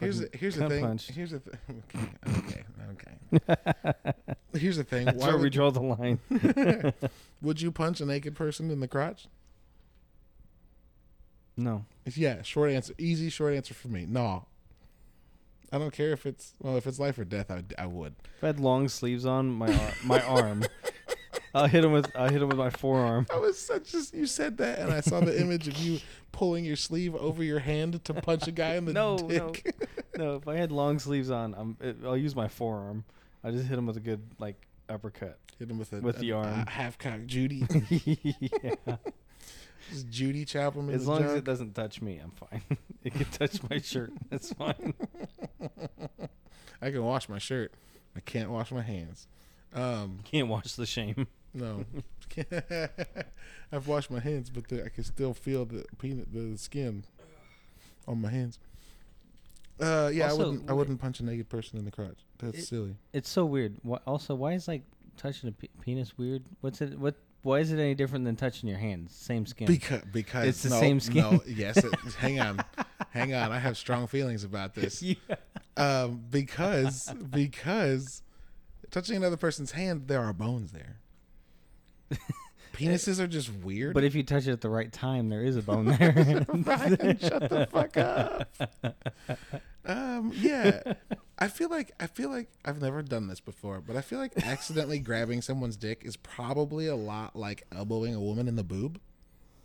Speaker 1: Here's the,
Speaker 2: Fucking
Speaker 1: here's the
Speaker 2: cunt
Speaker 1: thing.
Speaker 2: punched.
Speaker 1: Here's the th- okay, okay, okay. here's the thing.
Speaker 2: that's
Speaker 1: Why
Speaker 2: where we
Speaker 1: would,
Speaker 2: draw the line
Speaker 1: would you punch a naked person in the crotch?
Speaker 2: no
Speaker 1: Yeah, short answer. Easy short answer for me. No. I don't care if it's well, if it's life or death, I, I would.
Speaker 2: If I had long sleeves on, my ar- my arm, I'll hit him with I'll hit him with my forearm.
Speaker 1: I was such as you said that, and I saw the image of you pulling your sleeve over your hand to punch a guy in the
Speaker 2: No, no.
Speaker 1: dick.
Speaker 2: No, if I had long sleeves on, I'm, it, I'll use my forearm. I just hit him with a good like uppercut.
Speaker 1: Hit him with a
Speaker 2: With the arm.
Speaker 1: half cock Judy,
Speaker 2: yeah.
Speaker 1: Just Judy chop him in
Speaker 2: As
Speaker 1: the
Speaker 2: long as
Speaker 1: junk.
Speaker 2: it doesn't touch me, I'm fine. it can touch my shirt. That's fine.
Speaker 1: I can wash my shirt. I can't wash my hands. Um,
Speaker 2: Can't wash the shame.
Speaker 1: no, I've washed my hands, but the, I can still feel the peanut, the skin on my hands. Uh, yeah,
Speaker 2: Also,
Speaker 1: I wouldn't. I
Speaker 2: wait.
Speaker 1: wouldn't punch a naked person in the crotch. That's
Speaker 2: It-
Speaker 1: silly.
Speaker 2: It's so weird. Why, also, why is like touching a pe- penis weird? What's it? What? Why is it any different than touching your hands? Same skin.
Speaker 1: Because because
Speaker 2: It's the
Speaker 1: no,
Speaker 2: same skin.
Speaker 1: No, yes. It, hang on, hang on. I have strong feelings about this.
Speaker 2: yeah.
Speaker 1: Um, because because touching another person's hand, there are bones there. Penises are just weird.
Speaker 2: But if you touch it at the right time, there is a bone there.
Speaker 1: Ryan, shut the fuck up. Um, yeah, I feel like I feel like I've never done this before, but I feel like accidentally grabbing someone's dick is probably a lot like elbowing a woman in the boob.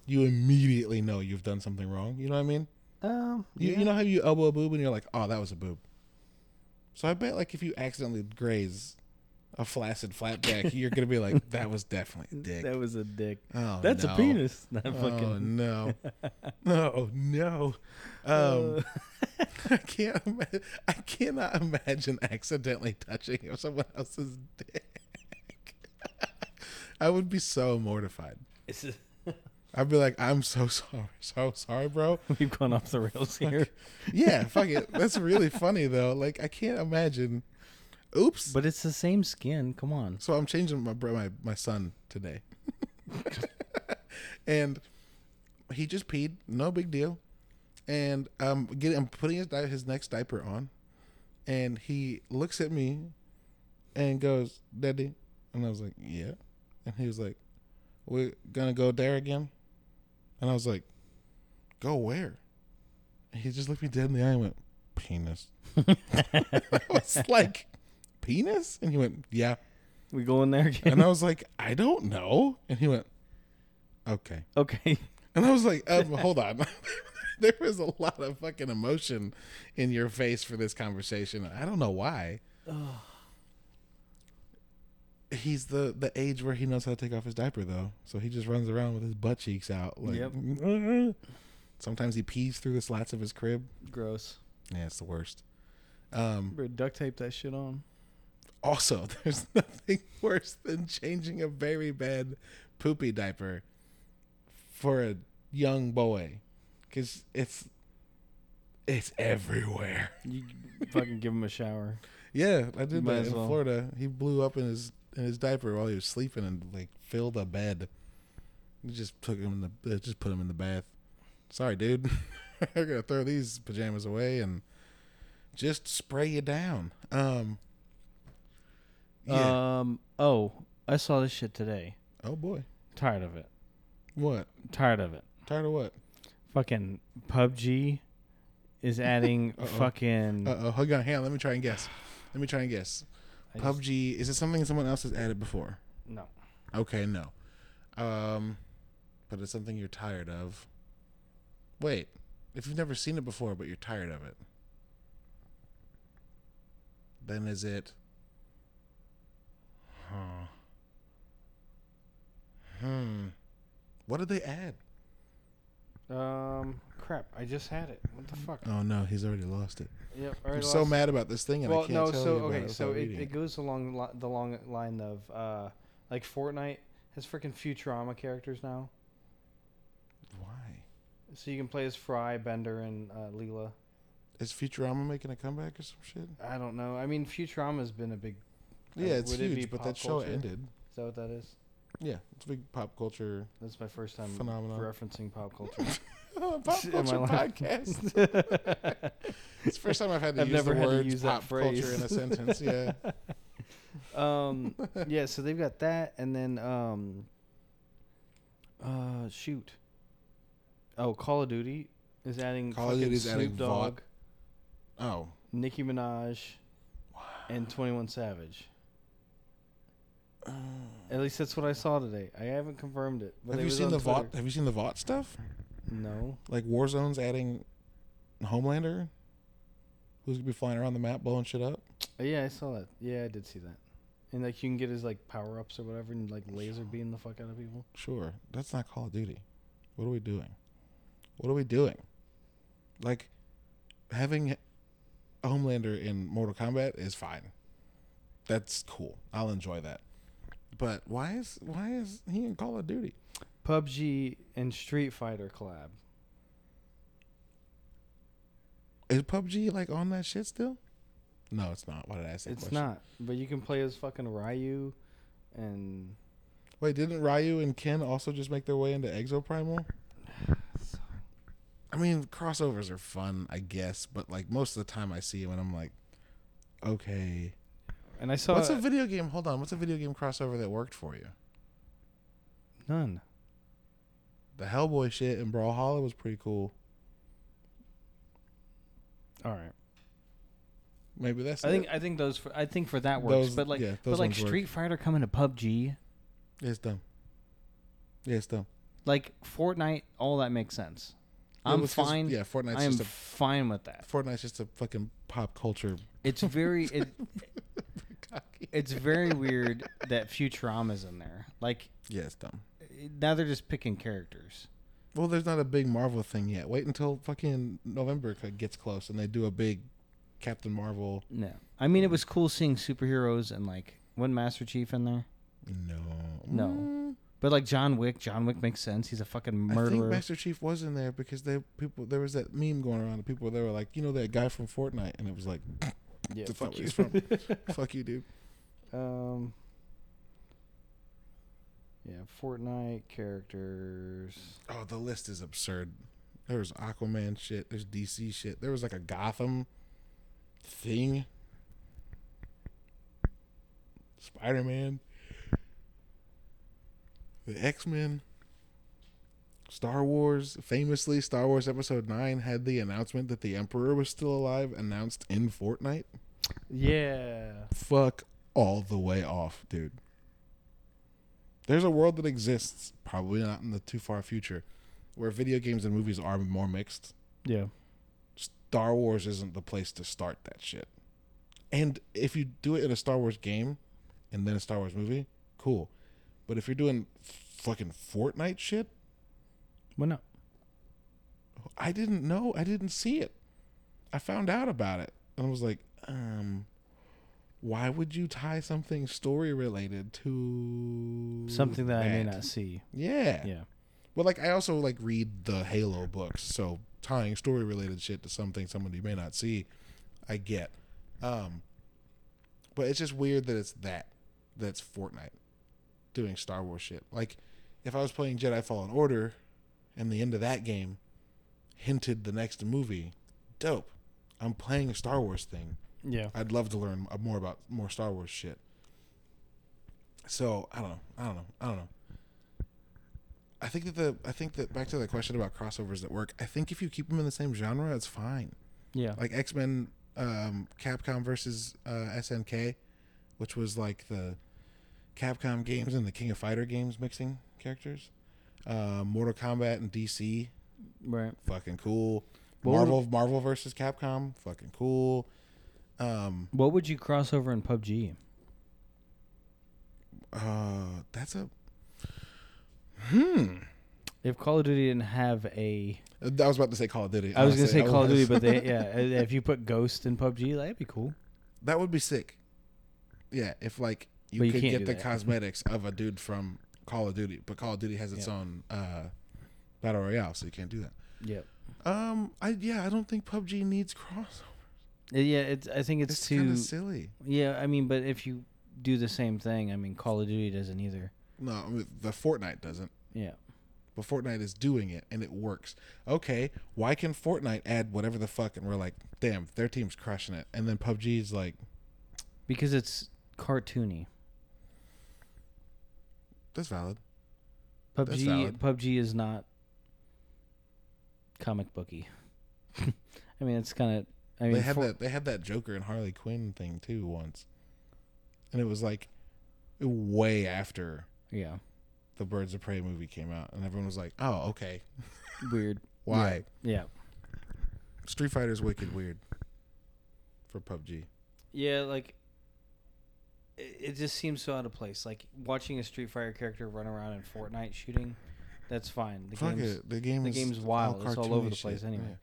Speaker 1: You immediately know you've done something wrong. You know what I mean?
Speaker 2: um,
Speaker 1: You,
Speaker 2: yeah.
Speaker 1: you know how you elbow a boob and you're like, oh, that was a boob. So I bet like if you accidentally graze a flaccid flatback, you're gonna be like, that was definitely a dick.
Speaker 2: That was a dick.
Speaker 1: Oh,
Speaker 2: That's
Speaker 1: no.
Speaker 2: a penis. Not
Speaker 1: Oh
Speaker 2: fucking.
Speaker 1: no, oh no. Um, I can't. Ima- I cannot imagine accidentally touching someone else's dick. I would be so mortified. I'd be like, I'm so sorry, so sorry, bro.
Speaker 2: we've gone off the rails here.
Speaker 1: Yeah, fuck it. That's really funny though. Like I can't imagine. Oops.
Speaker 2: But it's the same skin. Come on.
Speaker 1: So I'm changing my bro- my my son today, and he just peed. No big deal. And um, get I'm putting his di- his next diaper on, and he looks at me, and goes, "Daddy," and I was like, "Yeah," and he was like, "We're gonna go there again," and I was like, "Go where?" And he just looked me dead in the eye and went, "Penis." I was like, "Penis," and he went, "Yeah."
Speaker 2: We go in there again.
Speaker 1: And I was like, I don't know. And he went, okay.
Speaker 2: Okay.
Speaker 1: And I was like, um, hold on. there was a lot of fucking emotion in your face for this conversation. I don't know why. He's the the age where he knows how to take off his diaper though, so he just runs around with his butt cheeks out. Like,
Speaker 2: Yep.
Speaker 1: Sometimes he pees through the slats of his crib.
Speaker 2: Gross.
Speaker 1: Yeah, it's the worst. Um,
Speaker 2: Bro, duct tape that shit on.
Speaker 1: Also, there's nothing worse than changing a very bad poopy diaper for a young boy cuz it's it's everywhere.
Speaker 2: You fucking give him a shower.
Speaker 1: Yeah, I did
Speaker 2: might
Speaker 1: that
Speaker 2: as
Speaker 1: in
Speaker 2: well.
Speaker 1: Florida. He blew up in his in his diaper while he was sleeping and like filled a bed. You just took him in the uh, just put him in the bath. Sorry, dude. I gotta throw these pajamas away and just spray you down. Um. Yeah.
Speaker 2: Um. Oh, I saw this shit today.
Speaker 1: oh boy.
Speaker 2: Tired of it.
Speaker 1: What?
Speaker 2: Tired of it.
Speaker 1: Tired of what?
Speaker 2: Fucking PUBG is adding
Speaker 1: Uh-oh.
Speaker 2: fucking.
Speaker 1: Uh oh. Hang on, hang on. Let me try and guess. Let me try and guess.
Speaker 2: I just-
Speaker 1: PUBG. Is it something someone else has added before?
Speaker 2: no.
Speaker 1: Okay, no. Um, but it's something you're tired of. Wait, if you've never seen it before but you're tired of it, then is it? Huh. Hmm. What did they add?
Speaker 2: Um, crap! I just had it. What the fuck?
Speaker 1: Oh no, he's already lost it.
Speaker 2: Yep.
Speaker 1: I'm so mad about this thing, and I
Speaker 2: Well,
Speaker 1: can't
Speaker 2: no.
Speaker 1: tell
Speaker 2: So
Speaker 1: you about
Speaker 2: okay,
Speaker 1: it
Speaker 2: so
Speaker 1: without
Speaker 2: it,
Speaker 1: reading
Speaker 2: it goes along li- the long line of uh, like Fortnite has freaking Futurama characters now,
Speaker 1: Why
Speaker 2: so you can play as Fry, Bender, and uh, Leela.
Speaker 1: is Futurama making a comeback or some shit?
Speaker 2: I don't know. I mean, Futurama's been a big. Uh,
Speaker 1: Yeah, it's
Speaker 2: would it be
Speaker 1: huge, but that
Speaker 2: pop
Speaker 1: show
Speaker 2: culture?
Speaker 1: ended.
Speaker 2: Is that what that is?
Speaker 1: Yeah, it's a big pop culture
Speaker 2: That's my first time
Speaker 1: Phenomenon.
Speaker 2: referencing pop culture.
Speaker 1: pop
Speaker 2: Am I
Speaker 1: culture
Speaker 2: lying?
Speaker 1: podcast. it's the first time I've had to
Speaker 2: I've
Speaker 1: use
Speaker 2: never
Speaker 1: the
Speaker 2: had to
Speaker 1: word
Speaker 2: use that
Speaker 1: pop culture
Speaker 2: phrase.
Speaker 1: in a sentence. Yeah,
Speaker 2: um, yeah, so they've got that, and then um, uh, shoot, oh, Call of Duty is adding
Speaker 1: Call of
Speaker 2: fucking
Speaker 1: Duty's
Speaker 2: Snoop
Speaker 1: adding
Speaker 2: Dogg,
Speaker 1: Oh,
Speaker 2: Nicki Minaj, and Twenty One Savage. At least that's what I saw today. I haven't confirmed it. But
Speaker 1: Uh. have
Speaker 2: it
Speaker 1: you
Speaker 2: was
Speaker 1: seen
Speaker 2: on
Speaker 1: the
Speaker 2: Twitter.
Speaker 1: Vought? Have you seen the Vought stuff?
Speaker 2: No.
Speaker 1: Like Warzone's adding Homelander, who's gonna be flying around the map blowing shit up.
Speaker 2: Oh, yeah, I saw that. Yeah, I did see that. And like you can get his like power ups or whatever, and like laser beam the fuck out of people.
Speaker 1: Sure, that's not Call of Duty. What are we doing? What are we doing? Like having a Homelander in Mortal Kombat is fine. That's cool. I'll enjoy that. But why is why is he in Call of Duty?
Speaker 2: PUBG and Street Fighter collab.
Speaker 1: Is PUBG like on that shit still? No, it's not. Why did I ask that
Speaker 2: It's
Speaker 1: question?
Speaker 2: not, but you can play as fucking Ryu, and
Speaker 1: Wait, didn't Ryu and Ken also just make their way into Exoprimal? I mean, crossovers are fun, I guess, but like most of the time I see them and I'm like, okay.
Speaker 2: and I saw
Speaker 1: what's a video game? Hold on. What's a video game crossover that worked for you?
Speaker 2: none.
Speaker 1: The Hellboy shit in Brawlhalla was pretty cool.
Speaker 2: All right,
Speaker 1: Maybe that's
Speaker 2: I think
Speaker 1: it.
Speaker 2: I think those for, I think for that works,
Speaker 1: Those-
Speaker 2: but like
Speaker 1: yeah,
Speaker 2: but
Speaker 1: those
Speaker 2: like
Speaker 1: ones work.
Speaker 2: Street Fighter coming to PUBG,
Speaker 1: Yeah, it's dumb. Yeah, it's dumb.
Speaker 2: like Fortnite, all that makes sense. I'm
Speaker 1: It was 'cause-
Speaker 2: fine.
Speaker 1: Yeah, Fortnite's
Speaker 2: I am
Speaker 1: just a
Speaker 2: fine with that.
Speaker 1: Fortnite's just a fucking pop culture.
Speaker 2: It's very it, it's very weird that Futurama's in there. Like
Speaker 1: Yeah, it's dumb.
Speaker 2: now they're just picking characters.
Speaker 1: Well, there's not a big Marvel thing yet. Wait until fucking November c- gets close and they do a big Captain Marvel.
Speaker 2: No, I mean it was cool seeing superheroes and like one Master Chief in there.
Speaker 1: No.
Speaker 2: No.
Speaker 1: Mm,
Speaker 2: But like John Wick, John Wick makes sense. He's a fucking
Speaker 1: I think
Speaker 2: murderer.
Speaker 1: Master Chief was in there because they people there was that meme going around of people they were like, you know that guy from Fortnite and it was like
Speaker 2: yeah,
Speaker 1: that's not where he's from. fuck you, dude.
Speaker 2: um, yeah, Fortnite characters.
Speaker 1: Oh, the list is absurd. There was Aquaman shit, there's DC shit. There was like a Gotham thing. Spider-Man. The X-Men. Star Wars, famously, Star Wars Episode 9 had the announcement that the Emperor was still alive announced in Fortnite.
Speaker 2: Yeah.
Speaker 1: Fuck all the way off, dude. There's a world that exists, probably not in the too far future, where video games and movies are more mixed.
Speaker 2: Yeah.
Speaker 1: Star Wars isn't the place to start that shit. And if you do it in a Star Wars game and then a Star Wars movie, cool. But if you're doing fucking Fortnite shit,
Speaker 2: Why not?
Speaker 1: I didn't know. I didn't see it. I found out about it and I was like, um, why would you tie something story related to
Speaker 2: Something that I may not see.
Speaker 1: Yeah.
Speaker 2: Yeah.
Speaker 1: Well, like I also like read the Halo books, so tying story related shit to something someone you may not see, I get. Um, but it's just weird that it's that that's Fortnite doing Star Wars shit. Like if I was playing Jedi Fallen Order, and the end of that game hinted the next movie, dope. I'm playing a Star Wars thing.
Speaker 2: Yeah.
Speaker 1: I'd love to learn more about more Star Wars shit. So I don't know. I don't know. I don't know. I think that the I think that back to that question about crossovers that work. I think if you keep them in the same genre, it's fine.
Speaker 2: Yeah.
Speaker 1: Like X Men, um, Capcom versus uh, SNK, which was like the Capcom games and the King of Fighter games mixing characters. Uh, Mortal Kombat and DC
Speaker 2: Right.
Speaker 1: fucking cool.
Speaker 2: What
Speaker 1: Marvel Marvel versus Capcom, fucking cool. Um,
Speaker 2: What would you cross over in PUBG?
Speaker 1: uh, that's a hmm.
Speaker 2: If Call of Duty didn't have a,
Speaker 1: I was about to say Call of Duty.
Speaker 2: I was gonna
Speaker 1: honestly.
Speaker 2: say Call of
Speaker 1: was-
Speaker 2: Duty, but they, yeah, if you put Ghost in PUBG, that'd be cool.
Speaker 1: that would be sick. Yeah, if like you
Speaker 2: But you
Speaker 1: could
Speaker 2: can't
Speaker 1: get
Speaker 2: do
Speaker 1: the
Speaker 2: that.
Speaker 1: cosmetics of a dude from Call of Duty, but Call of Duty has its
Speaker 2: Yeah.
Speaker 1: own uh, battle royale, so you can't do that.
Speaker 2: Yep.
Speaker 1: Um, I yeah, I don't think PUBG needs crossover.
Speaker 2: Uh, Yeah, it's. I think it's,
Speaker 1: It's kind
Speaker 2: too.
Speaker 1: of silly.
Speaker 2: Yeah, I mean, but if you do the same thing, I mean, Call of Duty doesn't either.
Speaker 1: No, I mean, the Fortnite doesn't.
Speaker 2: Yeah.
Speaker 1: but Fortnite is doing it and it works. Okay, why can Fortnite add whatever the fuck? And we're like, damn, their team's crushing it. And then PUBG is like,
Speaker 2: Because it's cartoony.
Speaker 1: that's valid.
Speaker 2: PUBG
Speaker 1: valid.
Speaker 2: PUBG is not comic booky. I mean, it's kind of. I mean,
Speaker 1: they had
Speaker 2: for-
Speaker 1: that. They had that Joker and Harley Quinn thing too once, and it was like way after
Speaker 2: yeah,
Speaker 1: the Birds of Prey movie came out, and everyone was like, oh, okay,
Speaker 2: weird.
Speaker 1: why
Speaker 2: Yeah,
Speaker 1: Street Fighter's wicked weird for PUBG.
Speaker 2: yeah, like it, it just seems so out of place. Like watching a Street Fighter character run around in Fortnite shooting, that's fine. The
Speaker 1: Fuck
Speaker 2: game's
Speaker 1: it, the game.
Speaker 2: the
Speaker 1: is
Speaker 2: game's wild. it's all over
Speaker 1: cartoony
Speaker 2: the place
Speaker 1: shit.
Speaker 2: anyway.
Speaker 1: Yeah.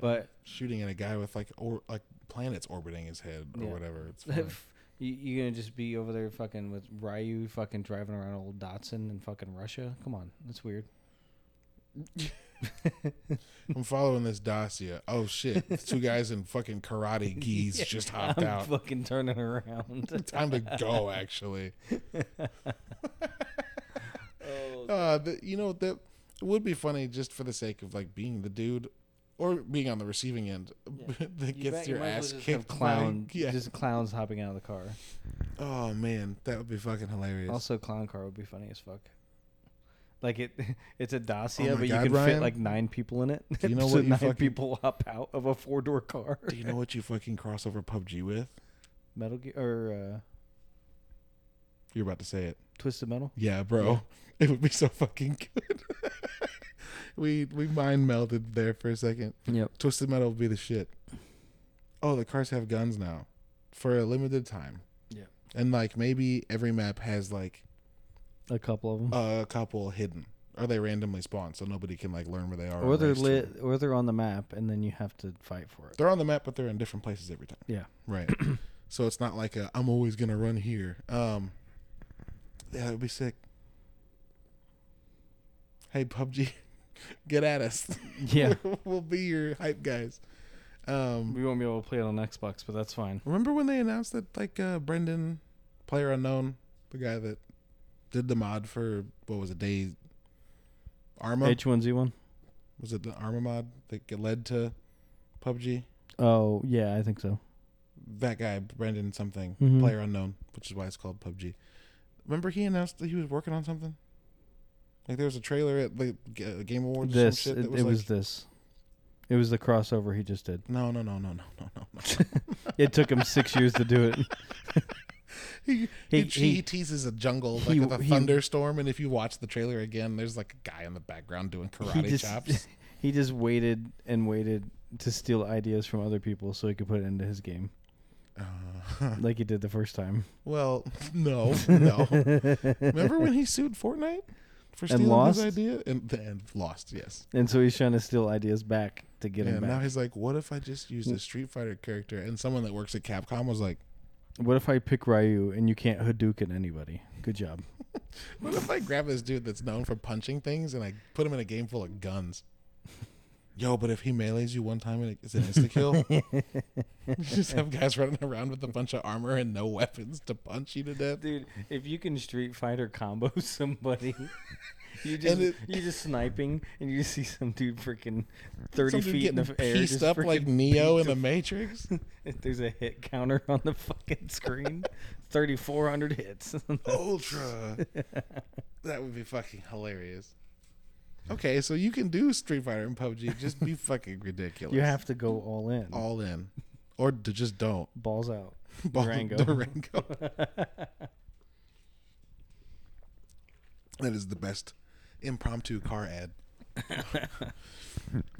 Speaker 2: But
Speaker 1: Shooting at a guy with like or like planets orbiting his head or
Speaker 2: Yeah.
Speaker 1: whatever. It's
Speaker 2: you,
Speaker 1: fine.
Speaker 2: you're gonna just be over there fucking with Ryu, fucking driving around old Datsun in fucking Russia. Come on, that's weird.
Speaker 1: I'm following this dossier. Oh shit! It's Two guys in fucking karate geese just hopped
Speaker 2: I'm
Speaker 1: out.
Speaker 2: fucking turning around.
Speaker 1: Time to go. Actually,
Speaker 2: oh,
Speaker 1: uh, the, you know that it would be funny just for the sake of like being the dude or being on the receiving end that gets your ass kicked. by-
Speaker 2: Clown,
Speaker 1: Yeah.
Speaker 2: just clowns hopping out of the car.
Speaker 1: oh man, that would be fucking hilarious.
Speaker 2: Also, clown car would be funny as fuck. Like it, it's a Dacia,
Speaker 1: Oh my
Speaker 2: but you
Speaker 1: God,
Speaker 2: can
Speaker 1: Ryan.
Speaker 2: fit like nine people in it.
Speaker 1: Do you know
Speaker 2: so
Speaker 1: what you
Speaker 2: nine
Speaker 1: fucking-
Speaker 2: people hop out of a four door car.
Speaker 1: Do you know what you fucking crossover PUBG with?
Speaker 2: Metal Gear or uh,
Speaker 1: You're about to say it.
Speaker 2: Twisted Metal.
Speaker 1: Yeah, bro. It would be so fucking good. we we mind melded there for a second.
Speaker 2: Yep.
Speaker 1: Twisted Metal would be the shit. Oh, the cars have guns now for a limited time.
Speaker 2: Yeah.
Speaker 1: And like maybe every map has like
Speaker 2: A couple of them.
Speaker 1: a couple hidden or they randomly spawn so nobody can like learn where they are.
Speaker 2: or they're
Speaker 1: race to
Speaker 2: lit,
Speaker 1: them.
Speaker 2: or they're on the map, and then you have to fight for it.
Speaker 1: They're on the map but they're in different places every time.
Speaker 2: Yeah.
Speaker 1: Right. so it's not like a, I'm always going to run here. Um Yeah, that would be sick. Hey PUBG, get at us.
Speaker 2: Yeah,
Speaker 1: we'll be your hype guys. Um
Speaker 2: we won't be able to play it on Xbox, but that's fine.
Speaker 1: Remember when they announced that like uh Brendan, player unknown, the guy that did the mod for what was it, Day Arma?
Speaker 2: H one Z one.
Speaker 1: was it the Arma mod that led to PUBG?
Speaker 2: Oh yeah, I think so.
Speaker 1: That guy, Brendan something,
Speaker 2: Mhm.
Speaker 1: player unknown, which is why it's called PUBG. Remember he announced that he was working on something? Like there was a trailer at the G- uh, Game Awards or some
Speaker 2: This
Speaker 1: shit
Speaker 2: it,
Speaker 1: that
Speaker 2: it
Speaker 1: was
Speaker 2: was,
Speaker 1: like
Speaker 2: this. It was the crossover he just did.
Speaker 1: no, no, no, no, no, no, no, no.
Speaker 2: It took him six years to do it.
Speaker 1: He,
Speaker 2: He-
Speaker 1: he, he,
Speaker 2: he-
Speaker 1: teases a jungle like
Speaker 2: he-
Speaker 1: with a
Speaker 2: he-
Speaker 1: thunderstorm, and if you watch the trailer again, there's like a guy in the background doing
Speaker 2: he
Speaker 1: karate
Speaker 2: just
Speaker 1: chops.
Speaker 2: he just waited and waited to steal ideas from other people so he could put it into his game,
Speaker 1: Uh,
Speaker 2: like he did the first time.
Speaker 1: well, no, no. Remember when he sued Fortnite for
Speaker 2: And
Speaker 1: stealing
Speaker 2: lost?
Speaker 1: his idea and, and lost? Yes.
Speaker 2: And so he's trying to steal ideas back to get
Speaker 1: Yeah,
Speaker 2: him back.
Speaker 1: now he's like, what if I just used a Street Fighter character? And someone that works at Capcom was like,
Speaker 2: What if I pick Ryu and you can't Hadouken anybody? Good job.
Speaker 1: what if I grab this dude that's known for punching things and I put him in a game full of guns? Yo, but if he melees you one time, it's an insta kill. just have guys running around with a bunch of armor and no weapons to punch you to death.
Speaker 2: Dude, if you can Street Fighter combo somebody, you just
Speaker 1: And it-
Speaker 2: you just sniping and you see some dude freaking thirty
Speaker 1: Some dude
Speaker 2: feet in the
Speaker 1: getting
Speaker 2: air,
Speaker 1: pieced
Speaker 2: just
Speaker 1: up like
Speaker 2: freaking
Speaker 1: Neo in
Speaker 2: beat
Speaker 1: the Matrix.
Speaker 2: the- There's a hit counter on the fucking screen, thirty four hundred hits.
Speaker 1: Ultra. that would be fucking hilarious. Okay, so you can do Street Fighter and PUBG. Just be fucking ridiculous.
Speaker 2: you have to go all in,
Speaker 1: all in, or d- just don't.
Speaker 2: balls out.
Speaker 1: Ball-
Speaker 2: Durango.
Speaker 1: Durango. that is the best impromptu car ad.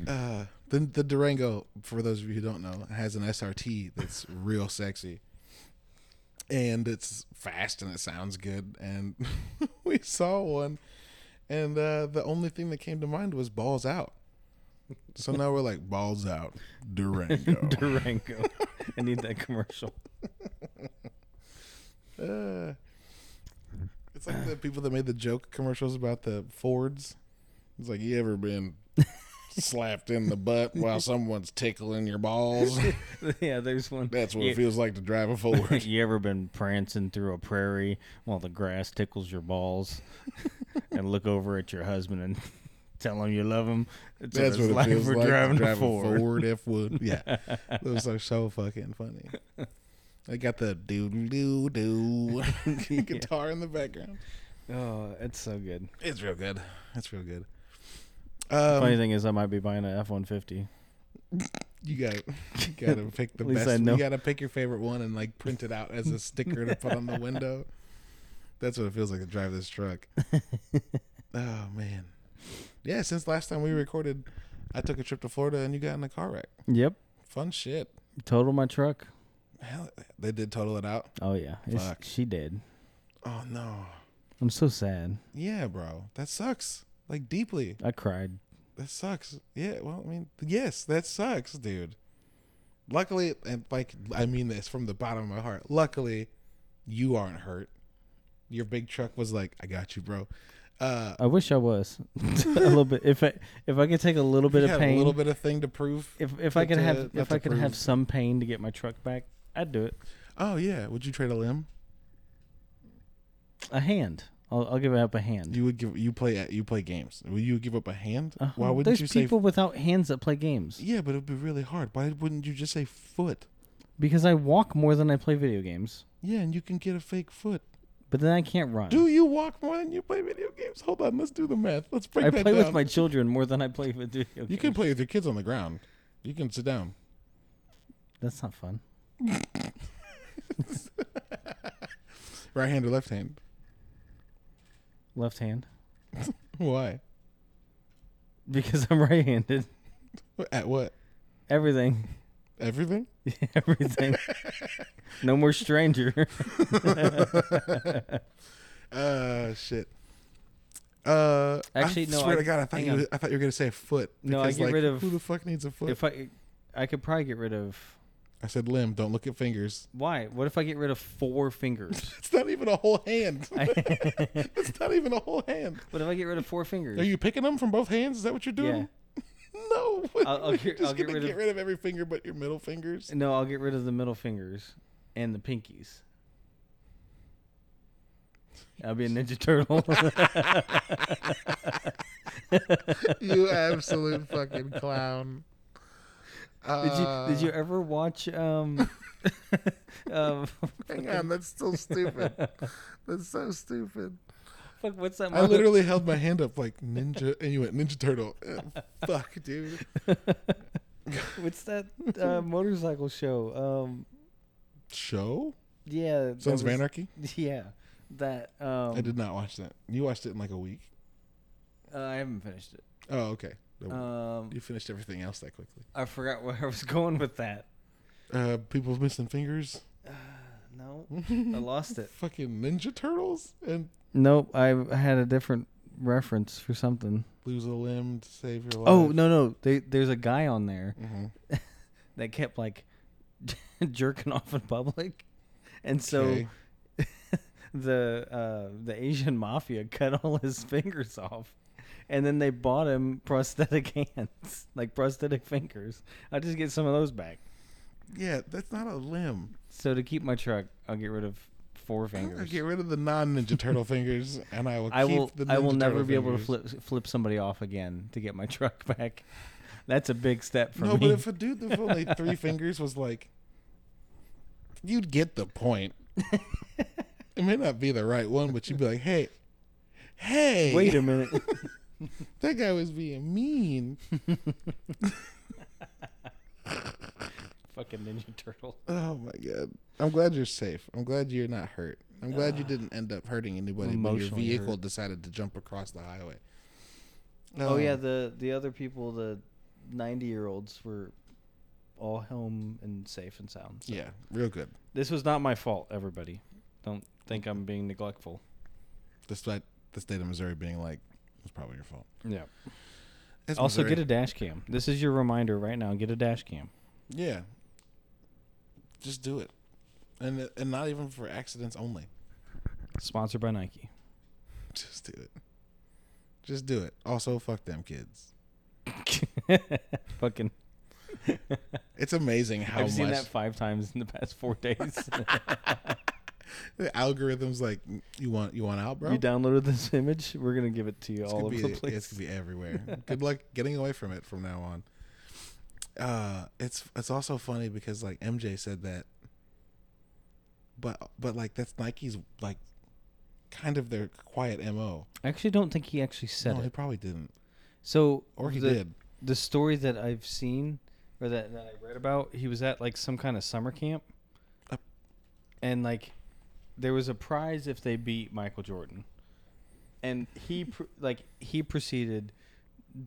Speaker 1: Uh, the the Durango, for those of you who don't know, has an SRT that's real sexy, and it's fast and it sounds good. And we saw one, and uh, the only thing that came to mind was balls out. So now we're like balls out Durango.
Speaker 2: Durango. I need that commercial.
Speaker 1: Uh, it's like the people that made the joke commercials about the Fords. It's like you ever been slapped in the butt while someone's tickling your balls?
Speaker 2: yeah, there's one.
Speaker 1: That's what
Speaker 2: you,
Speaker 1: it feels like to drive a Ford.
Speaker 2: you ever been prancing through a prairie while the grass tickles your balls, and look over at your husband and tell him you love him? It's
Speaker 1: That's what
Speaker 2: what it's
Speaker 1: it
Speaker 2: like
Speaker 1: feels
Speaker 2: for
Speaker 1: like
Speaker 2: driving
Speaker 1: to
Speaker 2: a
Speaker 1: drive
Speaker 2: Ford.
Speaker 1: a Ford F Wood. Yeah, those are so fucking funny. They got the doo doo doo guitar in the background.
Speaker 2: Oh, it's so good.
Speaker 1: It's real good. It's real good.
Speaker 2: Funny
Speaker 1: Um,
Speaker 2: thing is, I might be buying an F one fifty.
Speaker 1: you got you got to pick the
Speaker 2: At least
Speaker 1: best.
Speaker 2: I know.
Speaker 1: You got to pick your favorite one and like print it out as a sticker to put on the window. That's what it feels like to drive this truck. Oh man, yeah. Since last time we recorded, I took a trip to Florida and you got in a car wreck.
Speaker 2: Yep,
Speaker 1: Fun shit.
Speaker 2: total my truck.
Speaker 1: Hell, they did total it out.
Speaker 2: Oh yeah, It's-
Speaker 1: Fuck.
Speaker 2: she did.
Speaker 1: Oh no.
Speaker 2: I'm so sad.
Speaker 1: Yeah, bro. That sucks. Like deeply.
Speaker 2: I cried.
Speaker 1: That sucks. Yeah, well, I mean, yes, that sucks, dude. Luckily, and like I mean this from the bottom of my heart. Luckily, you aren't hurt. Your big truck was like, "I got you, bro." Uh
Speaker 2: I wish I was a little bit. If I if I could take a little bit
Speaker 1: you
Speaker 2: of
Speaker 1: had
Speaker 2: pain,
Speaker 1: a little bit of thing to prove.
Speaker 2: if if I
Speaker 1: But,
Speaker 2: could
Speaker 1: uh,
Speaker 2: have
Speaker 1: not
Speaker 2: if
Speaker 1: to
Speaker 2: I could
Speaker 1: prove.
Speaker 2: have some pain to get my truck back, I'd do it.
Speaker 1: Oh yeah, would you trade a limb?
Speaker 2: A hand. I'll, I'll give it up a hand.
Speaker 1: You would give you play you play games. Would you give up a hand?
Speaker 2: Uh-huh.
Speaker 1: Why wouldn't
Speaker 2: There's
Speaker 1: you say
Speaker 2: people without hands that play games
Speaker 1: Yeah, but it would be really hard. Why wouldn't you just say foot?
Speaker 2: because I walk more than I play video games,
Speaker 1: Yeah, and you can get a fake foot.
Speaker 2: but then I can't run.
Speaker 1: Do you walk more than you play video games? Hold on, let's do the math. Let's break
Speaker 2: I
Speaker 1: that
Speaker 2: play
Speaker 1: down.
Speaker 2: with my children more than I play with video games.
Speaker 1: you can play with your kids on the ground. You can sit down.
Speaker 2: That's not fun.
Speaker 1: Right hand or left hand?
Speaker 2: Left hand
Speaker 1: Why?
Speaker 2: because I'm right-handed.
Speaker 1: At what?
Speaker 2: Everything.
Speaker 1: Everything?
Speaker 2: Everything. no more stranger.
Speaker 1: Uh shit. Uh, I
Speaker 2: Actually, no,
Speaker 1: Swear
Speaker 2: I-
Speaker 1: to God, I thought
Speaker 2: hang
Speaker 1: you.
Speaker 2: on.
Speaker 1: I thought you were gonna say foot.
Speaker 2: No, I
Speaker 1: because,
Speaker 2: get
Speaker 1: like,
Speaker 2: rid of-
Speaker 1: Who the fuck needs a foot?
Speaker 2: if I I could probably get rid of
Speaker 1: I said limb. Don't look at fingers.
Speaker 2: Why? What if I get rid of four fingers?
Speaker 1: It's not even a whole hand.
Speaker 2: I-
Speaker 1: it's not even a whole hand.
Speaker 2: what if I get rid of four fingers?
Speaker 1: Are you picking them from both hands? Is that what you're doing?
Speaker 2: Yeah.
Speaker 1: No.
Speaker 2: I'll- I'll
Speaker 1: You're
Speaker 2: get-
Speaker 1: just
Speaker 2: I'll get
Speaker 1: gonna
Speaker 2: rid of-
Speaker 1: get rid of every finger but your middle fingers.
Speaker 2: No, I'll get rid of the middle fingers and the pinkies. I'll be a Ninja Turtle.
Speaker 1: you absolute fucking clown. Uh,
Speaker 2: did you Did you ever watch? Um, um,
Speaker 1: Hang on, that's still stupid. That's so stupid.
Speaker 2: fuck, what's that?
Speaker 1: I
Speaker 2: movie?
Speaker 1: literally held my hand up like ninja, and you went Ninja Turtle. Uh, Fuck, dude.
Speaker 2: What's that uh, motorcycle show? Um,
Speaker 1: Show
Speaker 2: yeah, that
Speaker 1: Sons of
Speaker 2: was-
Speaker 1: Anarchy.
Speaker 2: Yeah, that. Um,
Speaker 1: I did not watch that. You watched it in like a week.
Speaker 2: Uh, I haven't finished it.
Speaker 1: Oh, okay. No,
Speaker 2: Um,
Speaker 1: you finished everything else that quickly.
Speaker 2: I forgot where I was going with that.
Speaker 1: Uh, people missing fingers.
Speaker 2: No, I lost it.
Speaker 1: Fucking Ninja Turtles and
Speaker 2: Nope, I had a different reference for something.
Speaker 1: lose a limb to save your life.
Speaker 2: Oh no, no, they, there's a guy on there
Speaker 1: hmm
Speaker 2: that kept like jerking off in public, and so the uh, the Asian mafia cut all his fingers off, and then they bought him prosthetic hands, like prosthetic fingers. I'll just get some of those back.
Speaker 1: yeah, that's not a limb.
Speaker 2: So to keep my truck, I'll get rid of four
Speaker 1: I
Speaker 2: fingers.
Speaker 1: get rid of the non Ninja Turtle fingers, and I will.
Speaker 2: I
Speaker 1: keep
Speaker 2: will.
Speaker 1: The Ninja
Speaker 2: I will never
Speaker 1: Turtle
Speaker 2: be able to
Speaker 1: fingers.
Speaker 2: flip flip somebody off again to get my truck back. That's a big step for
Speaker 1: no,
Speaker 2: me.
Speaker 1: but if a dude with only three fingers was like, you'd get the point. it may not be the right one, but you'd be like, hey, hey,
Speaker 2: Wait a minute.
Speaker 1: that guy was being mean.
Speaker 2: Fucking Ninja Turtle.
Speaker 1: Oh my god! I'm glad you're safe. I'm glad you're not hurt. I'm glad you didn't end up hurting anybody. But your
Speaker 2: Emotionally
Speaker 1: vehicle
Speaker 2: hurt.
Speaker 1: decided to jump across the highway. No.
Speaker 2: Oh yeah, the the other people, the ninety year olds, were all home and safe and sound. so.
Speaker 1: yeah, real good.
Speaker 2: This was not my fault, everybody. Don't think I'm being neglectful.
Speaker 1: Despite the state of Missouri being like, it's probably your fault.
Speaker 2: Yeah.
Speaker 1: It's
Speaker 2: also,
Speaker 1: Missouri.
Speaker 2: get a dash cam. This is your reminder right now. Get a dash cam.
Speaker 1: Yeah. Just do it, and and not even for accidents only.
Speaker 2: Sponsored by Nike.
Speaker 1: Just do it. Just do it. Also, fuck them kids.
Speaker 2: Fucking.
Speaker 1: It's amazing how
Speaker 2: I've
Speaker 1: much
Speaker 2: seen that five times in the past four days.
Speaker 1: the algorithms like you want you want out, bro.
Speaker 2: You downloaded this image. We're gonna give it to you
Speaker 1: It's
Speaker 2: all
Speaker 1: gonna
Speaker 2: over
Speaker 1: be,
Speaker 2: the place.
Speaker 1: It's gonna be everywhere. Good luck getting away from it from now on. Uh, it's it's also funny because like MJ said that, but but like that's Nike's like kind of their quiet mo.
Speaker 2: I actually don't think he actually said
Speaker 1: no, he
Speaker 2: it.
Speaker 1: probably didn't,
Speaker 2: So
Speaker 1: or he
Speaker 2: the,
Speaker 1: did.
Speaker 2: the story that I've seen or that, that I read about, he was at like some kind of summer camp.
Speaker 1: Up.
Speaker 2: And like there was a prize if they beat Michael Jordan. And he pr- like he proceeded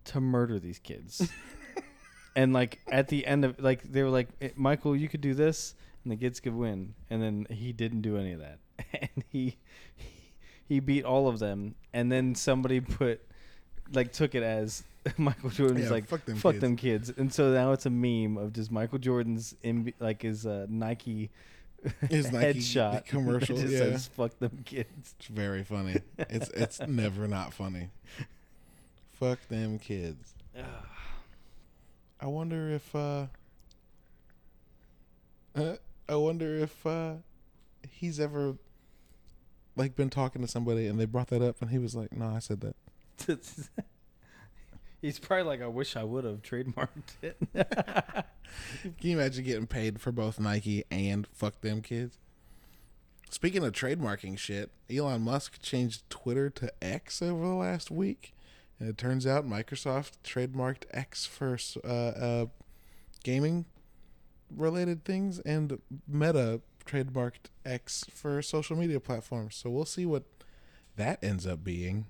Speaker 2: to murder these kids. and like at the end of like they were like "Eh, Michael, you could do this and the kids could win. And then he didn't do any of that. And he he beat all of them and then somebody put like took it as Michael Jordan was
Speaker 1: Yeah,
Speaker 2: like
Speaker 1: fuck them
Speaker 2: fuck
Speaker 1: kids."
Speaker 2: them kids and so now it's a meme of just Michael Jordan's in like his uh, Nike
Speaker 1: His Nike
Speaker 2: headshot
Speaker 1: commercial,
Speaker 2: that just
Speaker 1: yeah.
Speaker 2: says fuck them kids
Speaker 1: It's very funny. It's it's never not funny. Fuck them kids. I wonder if uh, uh I wonder if uh he's ever like been talking to somebody and they brought that up and he was like, "No, I said that."
Speaker 2: he's probably like I wish I would have trademarked it
Speaker 1: Can you imagine getting paid for both Nike and fuck them kids? Speaking of trademarking shit, Elon Musk changed Twitter to X over the last week, and it turns out Microsoft trademarked X for uh, uh, gaming related things, and Meta trademarked X for social media platforms. So we'll see what that ends up being.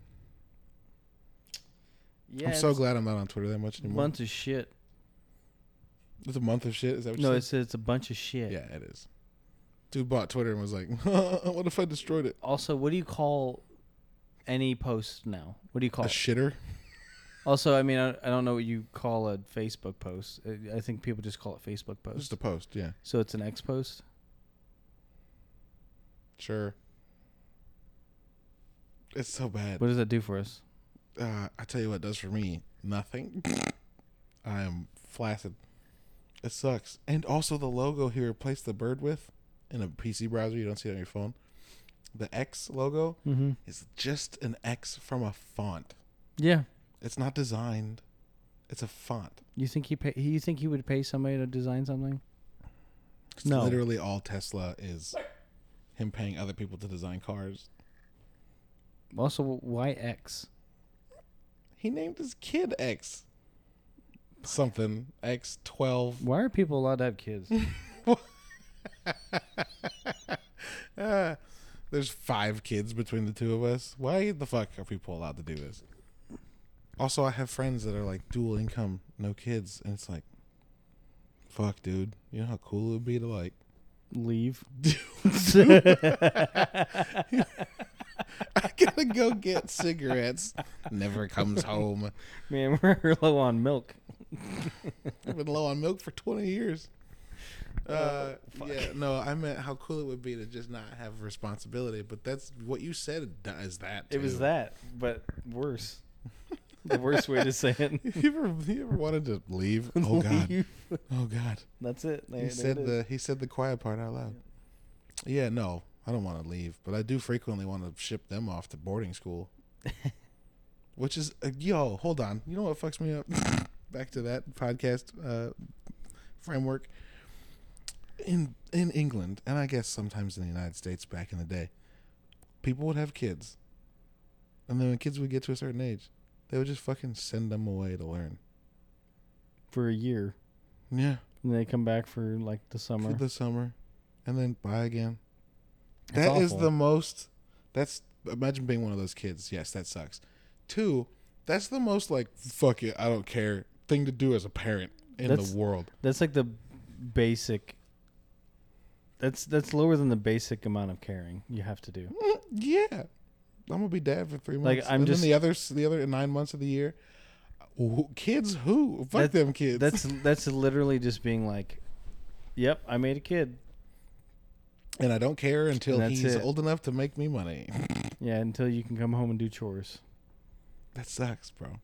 Speaker 2: yeah
Speaker 1: I'm so glad I'm not on Twitter that much anymore.
Speaker 2: bunch of shit
Speaker 1: It's a month of shit. Is that what you
Speaker 2: no
Speaker 1: said?
Speaker 2: it's it's a bunch of shit
Speaker 1: Yeah, it is. Dude bought Twitter and was like, "What if I destroyed it?"
Speaker 2: also what do you call any post now what do you
Speaker 1: A
Speaker 2: call it?
Speaker 1: shitter.
Speaker 2: Also, I mean, I, I don't know what you call a Facebook post. I, I think people just call it Facebook
Speaker 1: Just
Speaker 2: post.
Speaker 1: a post. Yeah,
Speaker 2: so it's an X post.
Speaker 1: sure. It's so bad.
Speaker 2: What does that do for us?
Speaker 1: Uh, I tell you what, it does for me nothing. I am flaccid. It sucks. And also the logo he replaced the bird with in a PC browser. You don't see it on your phone. The X logo
Speaker 2: Mm-hmm.
Speaker 1: is just an X from a font.
Speaker 2: Yeah,
Speaker 1: It's not designed. It's a font.
Speaker 2: you think he pay? You think he would pay somebody to design something?
Speaker 1: It's
Speaker 2: No.
Speaker 1: Literally all Tesla is him paying other people to design cars.
Speaker 2: Also, why X?
Speaker 1: He named his kid X something. X twelve.
Speaker 2: Why are people allowed to have kids?
Speaker 1: Ah, there's five kids between the two of us. Why the fuck are people allowed to do this? Also, I have friends that are like dual income, no kids, and it's like fuck dude. You know how cool it would be to like
Speaker 2: Leave.
Speaker 1: I gotta go get cigarettes. Never comes home.
Speaker 2: Man, we're low on milk.
Speaker 1: I've been low on milk for 20 years. Uh, yeah, no, I meant how cool it would be to just not have responsibility, but that's what you said d- is that.
Speaker 2: It was
Speaker 1: too.
Speaker 2: that, but worse. the worst way to say it.
Speaker 1: You ever, you ever wanted to leave? Oh God!
Speaker 2: Leave.
Speaker 1: Oh God!
Speaker 2: That's it. There-
Speaker 1: He
Speaker 2: there
Speaker 1: said
Speaker 2: it is.
Speaker 1: the he said the quiet part out loud. Yeah, no, I don't want to leave, but I do frequently want to ship them off to boarding school. Which is uh, yo, hold on. You know what fucks me up? Back to that podcast uh, framework. In in England, and I guess sometimes in the United States back in the day, people would have kids. And then when kids would get to a certain age, they would just fucking send them away to learn.
Speaker 2: for a year.
Speaker 1: Yeah.
Speaker 2: And they come back for like the summer.
Speaker 1: For the summer. And then buy again.
Speaker 2: It's
Speaker 1: That is
Speaker 2: awful.
Speaker 1: the most. That's imagine being one of those kids. Yes, that sucks. Two, That's the most like fuck it, I don't care thing to do as a parent in
Speaker 2: That's-
Speaker 1: the world.
Speaker 2: That's like the basic. That's that's lower than the basic amount of caring you have to do.
Speaker 1: Mm, Yeah, I'm gonna be dad for three
Speaker 2: Like,
Speaker 1: months.
Speaker 2: I'm
Speaker 1: and
Speaker 2: just-
Speaker 1: then the other the other nine months of the year. Who, kids who fuck
Speaker 2: That-
Speaker 1: them kids.
Speaker 2: That's that's literally just being like, "Yep, I made a kid."
Speaker 1: and I don't care until
Speaker 2: That's
Speaker 1: he's
Speaker 2: it.
Speaker 1: old enough to make me money.
Speaker 2: Yeah, until you can come home and do chores.
Speaker 1: that sucks, bro.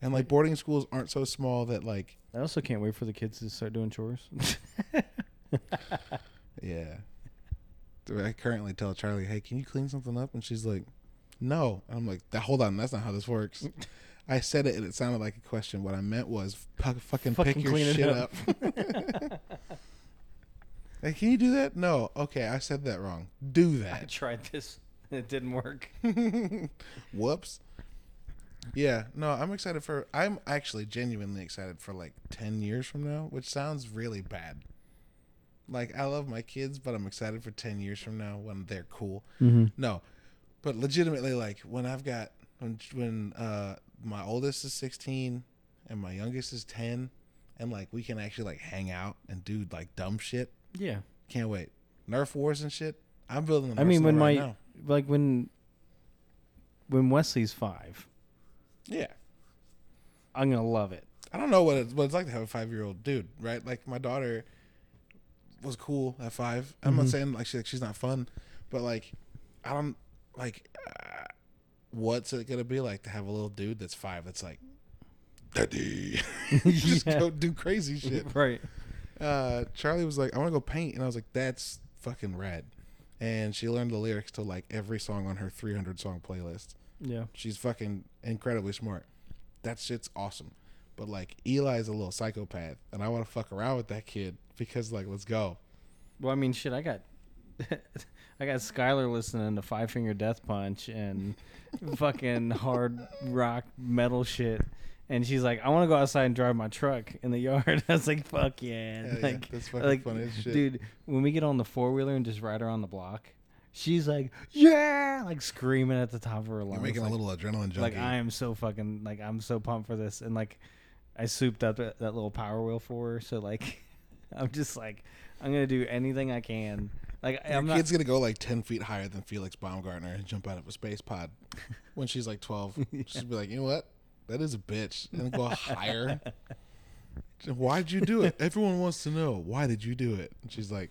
Speaker 1: And like boarding schools aren't so small that like
Speaker 2: I also can't wait for the kids to start doing chores.
Speaker 1: Yeah. I currently tell Charlie, hey, can you clean something up? And she's like, no. And I'm like, "That- hold on, that's not how this works. I said it and it sounded like a question. What I meant was, "Fuck- fucking,
Speaker 2: Fucking
Speaker 1: pick your
Speaker 2: clean it
Speaker 1: shit
Speaker 2: up."
Speaker 1: up. hey, can you do that? No. Okay, I said that wrong. Do
Speaker 2: I
Speaker 1: that.
Speaker 2: tried this. It didn't work.
Speaker 1: Whoops. Yeah, no, I'm excited for. I'm actually genuinely excited for like 10 years from now, which sounds really bad. Like, I love my kids, but I'm excited for 10 years from now when they're cool.
Speaker 2: Mm-hmm.
Speaker 1: No, but legitimately, like, when I've got, when, when uh, my oldest is 16 and my youngest is 10, and like we can actually like hang out and do like dumb shit.
Speaker 2: Yeah.
Speaker 1: Can't wait. Nerf wars and shit. I'm building. an
Speaker 2: I mean,
Speaker 1: arsenal
Speaker 2: when
Speaker 1: right
Speaker 2: my
Speaker 1: now.
Speaker 2: like when when Wesley's five,
Speaker 1: yeah.
Speaker 2: I'm gonna love it.
Speaker 1: I don't know what it's, what it's like to have a five year old dude, right? Like my daughter was cool at 5 i I'm not saying like, she, like she's not fun, but like I don't like uh, what's it gonna be like to have a little dude that's five that's like daddy, just
Speaker 2: Yeah.
Speaker 1: go do crazy shit.
Speaker 2: Right.
Speaker 1: Uh, Charlie was like, I want to go paint, and I was like, that's fucking rad. And she learned the lyrics to like every song on her 300 song playlist.
Speaker 2: Yeah.
Speaker 1: She's fucking incredibly smart. That shit's awesome. But like Eli's a little psychopath, and I want to fuck around with that kid because like let's go.
Speaker 2: Well, I mean, shit, I got. I got Skylar listening to Five Finger Death Punch and fucking hard rock metal shit, and she's like, "I want to go outside and drive my truck in the yard." I was like, "Fuck yeah!"
Speaker 1: Hell yeah,
Speaker 2: like,
Speaker 1: that's fucking
Speaker 2: like,
Speaker 1: funny as shit.
Speaker 2: dude, when we get on the four wheeler and just ride around the block, she's like, "Yeah!" like screaming at the top of her lungs.
Speaker 1: You're making
Speaker 2: like,
Speaker 1: a little adrenaline junkie.
Speaker 2: like I am so fucking like I'm so pumped for this and like I souped up that, that little power wheel for her so like I'm just like I'm gonna do anything I can like
Speaker 1: Your
Speaker 2: I'm not
Speaker 1: kid's gonna go like ten feet higher than Felix Baumgartner and jump out of a space pod when she's like twelve. She'll be like, you know what? That is a bitch, and go higher. Why'd you do it? Everyone wants to know why did you do it. And she's like,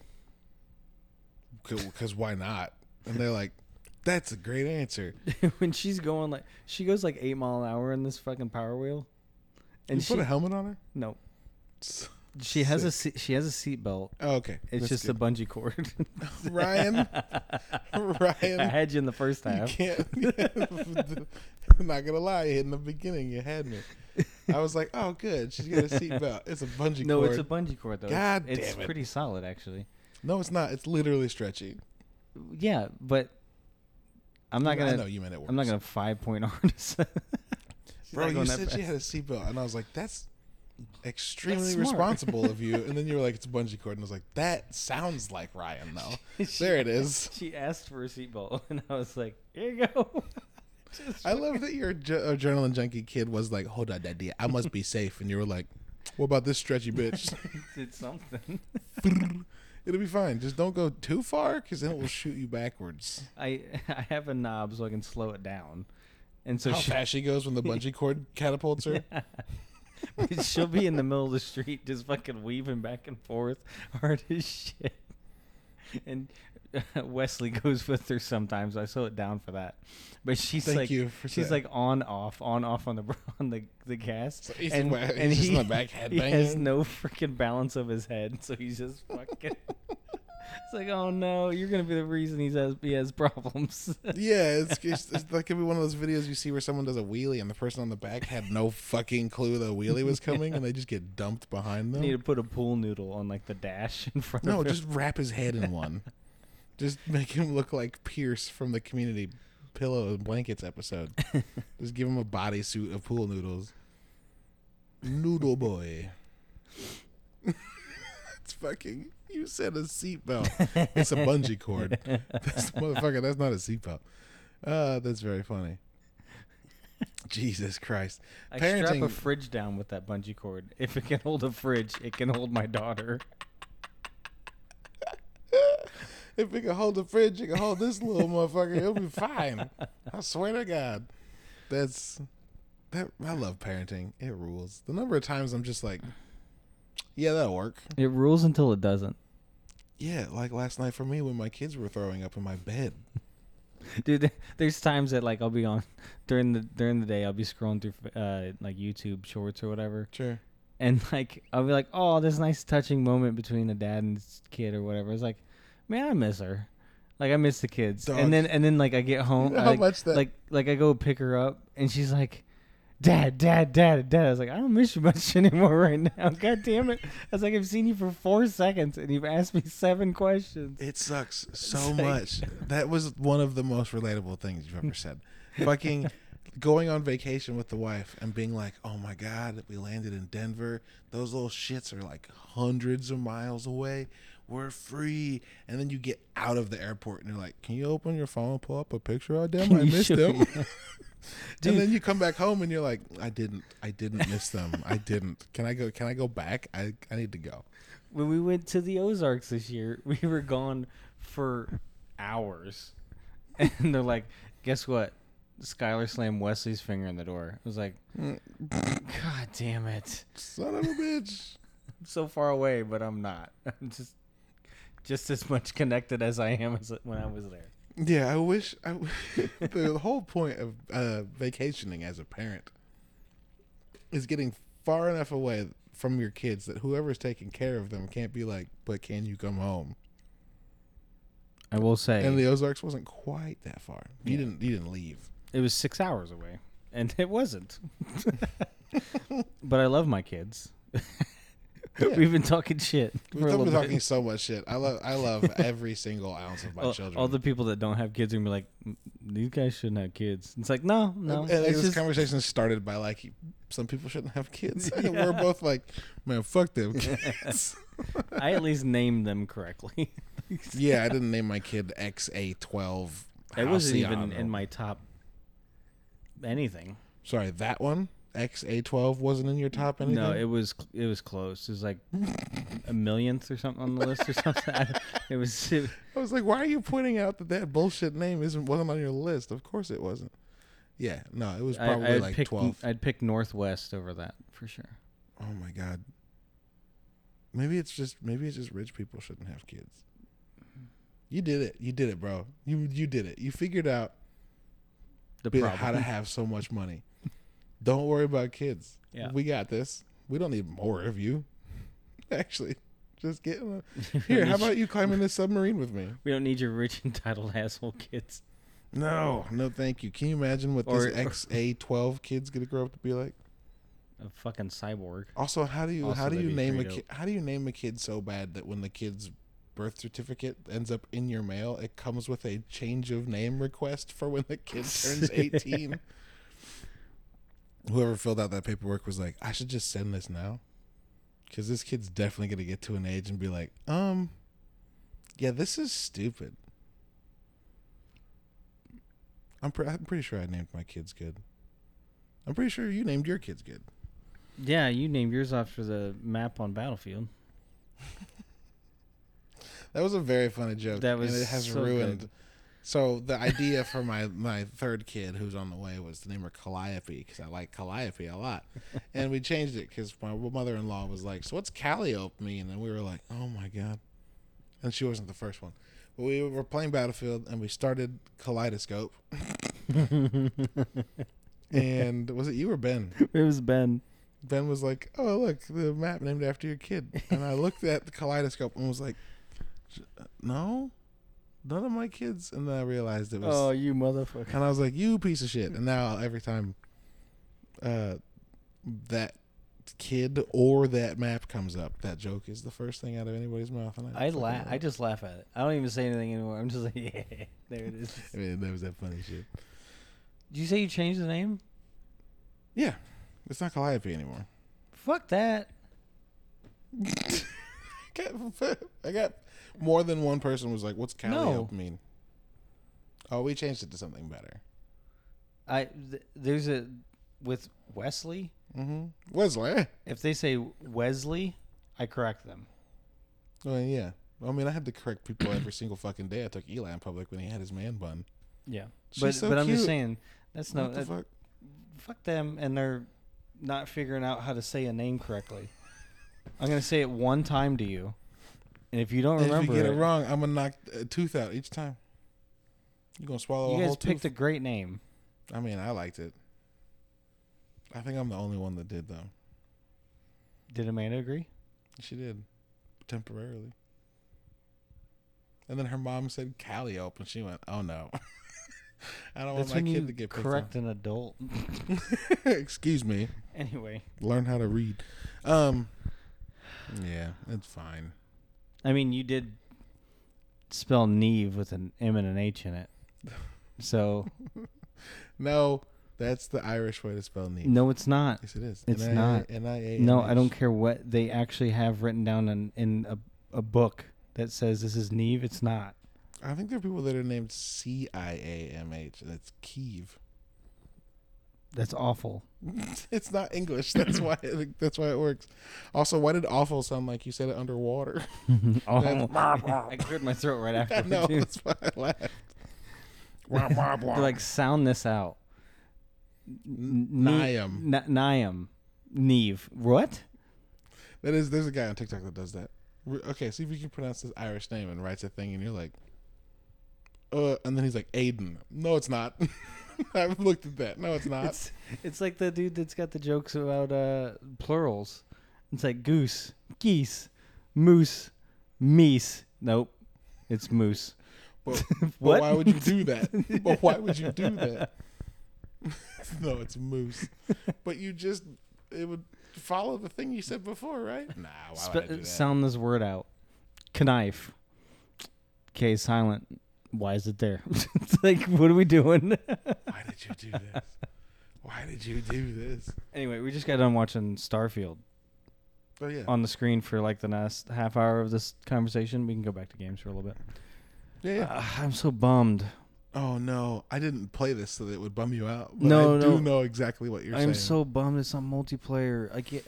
Speaker 1: because why not? And they're like, that's a great answer.
Speaker 2: when she's going like she goes like eight mile an hour in this fucking power wheel and
Speaker 1: you
Speaker 2: she
Speaker 1: put a helmet on her.
Speaker 2: no she has a se- she has a seat belt
Speaker 1: Oh, okay.
Speaker 2: it's
Speaker 1: That's
Speaker 2: just
Speaker 1: good.
Speaker 2: a bungee cord
Speaker 1: Ryan.
Speaker 2: I
Speaker 1: Ryan.
Speaker 2: had you in the first
Speaker 1: You
Speaker 2: half
Speaker 1: can't. I'm not gonna lie. In the beginning, you had me. I was like, "Oh, good. She's got a seatbelt. It's a bungee
Speaker 2: no
Speaker 1: cord."
Speaker 2: it's a bungee cord though
Speaker 1: God
Speaker 2: it's, it's
Speaker 1: damn it.
Speaker 2: pretty solid actually
Speaker 1: no, it's not. It's literally stretchy.
Speaker 2: yeah but I'm not
Speaker 1: I
Speaker 2: gonna
Speaker 1: know you meant it. Works.
Speaker 2: I'm not gonna five point artist.
Speaker 1: Bro, you said she had a seatbelt, and I was like, "That's extremely
Speaker 2: smart."
Speaker 1: responsible of you." And then you were like, "It's a bungee cord," and I was like, "That sounds like Ryan, though." there it is.
Speaker 2: She asked for a seatbelt, and I was like, "Here you go." Just-
Speaker 1: I love that your ju- adrenaline junkie kid was like, "Hold on, daddy, I must be safe," and you were like, "What about this stretchy bitch?"
Speaker 2: did something.
Speaker 1: It'll be fine. Just don't go too far, because then it will shoot you backwards.
Speaker 2: I I have a knob so I can slow it down, and so
Speaker 1: How
Speaker 2: she,
Speaker 1: fast she goes when the bungee cord catapults her.
Speaker 2: she'll be in the middle of the street, just fucking weaving back and forth, hard as shit. And Wesley goes with her sometimes. I slow it down for that, but she's
Speaker 1: Thank
Speaker 2: like,
Speaker 1: you for
Speaker 2: she's
Speaker 1: that.
Speaker 2: like on off, on off on the on the the gas.
Speaker 1: So he's in my- he's just in my back head
Speaker 2: he has
Speaker 1: banging.
Speaker 2: no freaking balance of his head, so he's just fucking. it's like, oh no, you're gonna be the reason he's has he has problems.
Speaker 1: yeah, it's, it's, it's that could be one of those videos you see where someone does a wheelie and the person on the back had no fucking clue the wheelie was coming, and they just get dumped behind
Speaker 2: I need to
Speaker 1: them.
Speaker 2: put a pool noodle on like the dash in front.
Speaker 1: No,
Speaker 2: of him.
Speaker 1: just wrap his head in one. Just make him look like Pierce from the community pillow and blankets episode. just give him a bodysuit of pool noodles. Noodle boy. it's fucking. You said a seatbelt. It's a bungee cord. That's motherfucker. That's not a seatbelt. Uh, that's very funny. Jesus Christ.
Speaker 2: I strap a
Speaker 1: Parenting-
Speaker 2: fridge down with that bungee cord. If it can hold a fridge, it can hold my daughter.
Speaker 1: if it can hold the fridge, it can hold this little motherfucker. It'll be fine. I swear to God. That's that I love parenting. It rules. The number of times I'm just like, Yeah, that'll work.
Speaker 2: It rules until it doesn't.
Speaker 1: Yeah, like last night for me when my kids were throwing up in my bed.
Speaker 2: Dude, there- there's times that like I'll be on during the during the day I'll be scrolling through uh, like YouTube Shorts or whatever,
Speaker 1: Sure.
Speaker 2: and like I'll be like, oh, this nice touching moment between the dad and his kid or whatever. It's like, man, I miss her. Like I miss the kids.
Speaker 1: Dog.
Speaker 2: And then and then like I get home,
Speaker 1: You know
Speaker 2: I,
Speaker 1: how
Speaker 2: like,
Speaker 1: much that-
Speaker 2: like like I go pick her up, and she's like. Dad, dad, dad, dad. I was like, I don't miss you much anymore right now. God damn it. I was like, I've seen you for four seconds and you've asked me seven questions.
Speaker 1: It sucks so
Speaker 2: like-
Speaker 1: much. That was one of the most relatable things you've ever said. Fucking going on vacation with the wife and being like, "Oh my god, we landed in Denver. Those little shits are like hundreds of miles away. We're free." And then you get out of the airport and you're like, "Can you open your phone and pull up a picture of them?
Speaker 2: Can
Speaker 1: I
Speaker 2: you
Speaker 1: missed
Speaker 2: show
Speaker 1: them."
Speaker 2: me
Speaker 1: and
Speaker 2: Dude.
Speaker 1: then you come back home and you're like, "I didn't. I didn't miss them. I didn't. Can I go? Can I go back? I I need to go."
Speaker 2: when we went to the Ozarks this year, we were gone for hours. And they're like, guess what? Skylar slammed Wesley's finger in the door. I was like, God damn it.
Speaker 1: Son of a bitch.
Speaker 2: I'm so far away, but I'm not. I'm just just as much connected as I am as when I was there.
Speaker 1: Yeah, I wish. I w the whole point of uh, vacationing as a parent is getting far enough away from your kids that whoever's taking care of them can't be like, "But can you come home?"
Speaker 2: I will say
Speaker 1: And the Ozarks wasn't quite that far. You
Speaker 2: Yeah.
Speaker 1: didn't. You didn't leave.
Speaker 2: it was six hours away. And it wasn't. but I love my kids.
Speaker 1: Yeah.
Speaker 2: We've been talking shit.
Speaker 1: We've
Speaker 2: for a
Speaker 1: been
Speaker 2: little bit.
Speaker 1: talking so much shit. I love. I love every single ounce of my
Speaker 2: all,
Speaker 1: children.
Speaker 2: all the people that don't have kids are gonna be like, "M- these guys shouldn't have kids. It's like, no, no.
Speaker 1: and, and
Speaker 2: it's
Speaker 1: this
Speaker 2: just-
Speaker 1: conversation started by like, some people shouldn't have kids. And We're both like, man, fuck them kids.
Speaker 2: I at least named them correctly.
Speaker 1: yeah, I didn't name my kid XA12.
Speaker 2: it wasn't even
Speaker 1: Halcyon or
Speaker 2: in my top anything.
Speaker 1: Sorry, that one XA12 wasn't in your top anything.
Speaker 2: No, it was cl- it was close. It was like a millionth or something on the list or something. I- it was it,
Speaker 1: I was like, why are you pointing out that that bullshit name isn't wasn't on your list? Of course it wasn't. Yeah, no, it was
Speaker 2: I,
Speaker 1: probably
Speaker 2: I'd
Speaker 1: like
Speaker 2: pick
Speaker 1: 12.
Speaker 2: I'd pick Northwest over that for sure.
Speaker 1: oh my god. Maybe it's just maybe it's just rich people shouldn't have kids. You did it. You did it, bro. You you did it. You figured out
Speaker 2: The
Speaker 1: bi-
Speaker 2: problem.
Speaker 1: how to have so much money. don't worry about kids.
Speaker 2: Yeah.
Speaker 1: We got this. We don't need more of you. Actually, just get in a- here. How about you climb in this submarine with me?
Speaker 2: we don't need your rich entitled asshole kids.
Speaker 1: No, no, thank you. Can you imagine what
Speaker 2: Or-
Speaker 1: this XA12 kid's gonna grow up to be like?
Speaker 2: A fucking cyborg.
Speaker 1: Also, how do you
Speaker 2: Also,
Speaker 1: how do
Speaker 2: that'd
Speaker 1: you
Speaker 2: be
Speaker 1: name a
Speaker 2: pretty
Speaker 1: kid? How do you name a kid so bad that when the kid's birth certificate ends up in your mail, it comes with a change of name request for when the kid turns eighteen? Whoever filled out that paperwork was like, I should just send this now, because this kid's definitely gonna get to an age and be like, um, yeah, this is stupid. I'm, pre- I'm pretty sure I named my kids good. I'm pretty sure you named your kids good.
Speaker 2: Yeah, you named yours after the map on Battlefield.
Speaker 1: That was a very funny joke.
Speaker 2: That
Speaker 1: and
Speaker 2: was
Speaker 1: it has
Speaker 2: so
Speaker 1: ruined.
Speaker 2: good.
Speaker 1: So the idea for my my third kid who's on the way was to name her Calliope because I like Calliope a lot, and we changed it because my mother in law was like, "So what's Calliope mean?" And we were like, "Oh my god," and she wasn't the first one. But we were playing Battlefield and we started Kaleidoscope. and was it you or Ben?
Speaker 2: It was Ben.
Speaker 1: Ben was like, "Oh, look, the map named after your kid." And I looked at the kaleidoscope and was like, "No, none of my kids." And then I realized it was,
Speaker 2: Oh, you motherfucker.
Speaker 1: and I was like, "You piece of shit!" And now every time, uh, that kid or that map comes up, that joke is the first thing out of anybody's mouth. And
Speaker 2: I
Speaker 1: fucking
Speaker 2: laugh.
Speaker 1: love
Speaker 2: I
Speaker 1: it.
Speaker 2: just laugh at it. I don't even say anything anymore. I'm just like, yeah, there it is.
Speaker 1: I mean, that was that funny shit.
Speaker 2: Did you say you changed the name?
Speaker 1: Yeah, it's not Calliope anymore.
Speaker 2: Fuck that.
Speaker 1: I got, I got more than one person was like, "What's Calliope mean?" Oh, we changed it to something better.
Speaker 2: I th- there's a with Wesley,
Speaker 1: Mm-hmm. Wesley.
Speaker 2: if they say Wesley, I correct them.
Speaker 1: Well, Oh, yeah. I mean, I had to correct people every single fucking day. I took Eli in public when he had his man bun.
Speaker 2: Yeah,
Speaker 1: She's
Speaker 2: but
Speaker 1: so
Speaker 2: but I'm just
Speaker 1: cute.
Speaker 2: saying that's no
Speaker 1: what the
Speaker 2: that-
Speaker 1: fuck?
Speaker 2: fuck them and they're not figuring out how to say a name correctly. I'm gonna say it one time to you, and if you don't
Speaker 1: And if you
Speaker 2: remember,
Speaker 1: get it,
Speaker 2: it,
Speaker 1: wrong, I'm gonna knock a tooth out each time. You're gonna swallow
Speaker 2: you
Speaker 1: a
Speaker 2: guys
Speaker 1: whole
Speaker 2: picked
Speaker 1: tooth.
Speaker 2: a great name.
Speaker 1: I mean, I liked it. I think I'm the only one that did though.
Speaker 2: Did Amanda agree?
Speaker 1: She did temporarily. And then her mom said Calliope, and she went, "Oh no, I don't
Speaker 2: That's
Speaker 1: want
Speaker 2: when
Speaker 1: my
Speaker 2: you
Speaker 1: kid to get picked
Speaker 2: correct an adult.
Speaker 1: on." Excuse me.
Speaker 2: anyway,
Speaker 1: Learn how to read. Um, yeah, it's fine.
Speaker 2: I mean you did spell Neve with an M and an H in it, so
Speaker 1: No, that's the Irish way to spell Neve.
Speaker 2: no, it's not.
Speaker 1: Yes, it is.
Speaker 2: It's not.
Speaker 1: N-I-A-N-H.
Speaker 2: No, I don't care what they actually have written down in, in a, a book that says this is Neve. It's not.
Speaker 1: I think there are people that are named C I A M H, and it's Kiev.
Speaker 2: That's awful.
Speaker 1: it's not English. That's why. It, that's why it works. Also, why did awful sound like you said it underwater?
Speaker 2: oh, I cleared my throat right after.
Speaker 1: no,
Speaker 2: too.
Speaker 1: that's why I laughed. Wah, wah, wah.
Speaker 2: They're like, sound this out. N-
Speaker 1: Niam.
Speaker 2: N- Niam. Neve. What?
Speaker 1: that is. There's a guy on TikTok that does that. Re- Okay, see if you can pronounce this Irish name and writes a thing, and you're like, uh, and then he's like Aiden. No, it's not. I've looked at that. No, it's not.
Speaker 2: It's it's like the dude that's got the jokes about uh plurals. It's like goose, geese, moose, meese. Nope. It's moose.
Speaker 1: But,
Speaker 2: What?
Speaker 1: but why would you do that? but why would you do that? no, it's moose. But you just it would follow the thing you said before, right? Nah, why would I
Speaker 2: Spe-
Speaker 1: do that?
Speaker 2: sound this word out. Knife. Okay, silent. Why is it there? it's like, what are we doing?
Speaker 1: why did you do this? Why did you do this?
Speaker 2: anyway, we just got done watching Starfield
Speaker 1: Oh yeah,
Speaker 2: on the screen for like the last half hour of this conversation. We can go back to games for a little bit.
Speaker 1: yeah. yeah.
Speaker 2: Ah, I'm so bummed.
Speaker 1: oh no, I didn't play this so that it would bum you out. But
Speaker 2: No,
Speaker 1: I
Speaker 2: no.
Speaker 1: do know exactly what you're
Speaker 2: I'm
Speaker 1: saying.
Speaker 2: so bummed it's not multiplayer. I get,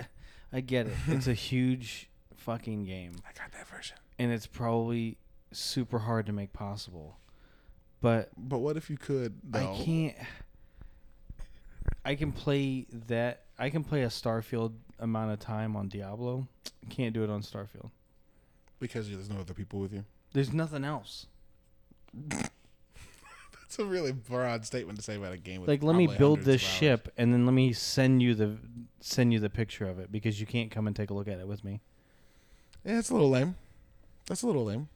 Speaker 2: I get it. It's a huge fucking game,
Speaker 1: I got that version.
Speaker 2: and it's probably super hard to make possible. But
Speaker 1: But what if you could? Though?
Speaker 2: I can't. I can play that. I can play a Starfield amount of time on Diablo. Can't do it on Starfield.
Speaker 1: because there's no other people with you.
Speaker 2: There's nothing else.
Speaker 1: That's a really broad statement to say about a game. With
Speaker 2: Like, let me
Speaker 1: probably
Speaker 2: build
Speaker 1: hundreds
Speaker 2: this
Speaker 1: of hours.
Speaker 2: ship, and then let me send you the send you the picture of it because you can't come and take a look at it with me.
Speaker 1: Yeah, it's a little lame. That's a little lame.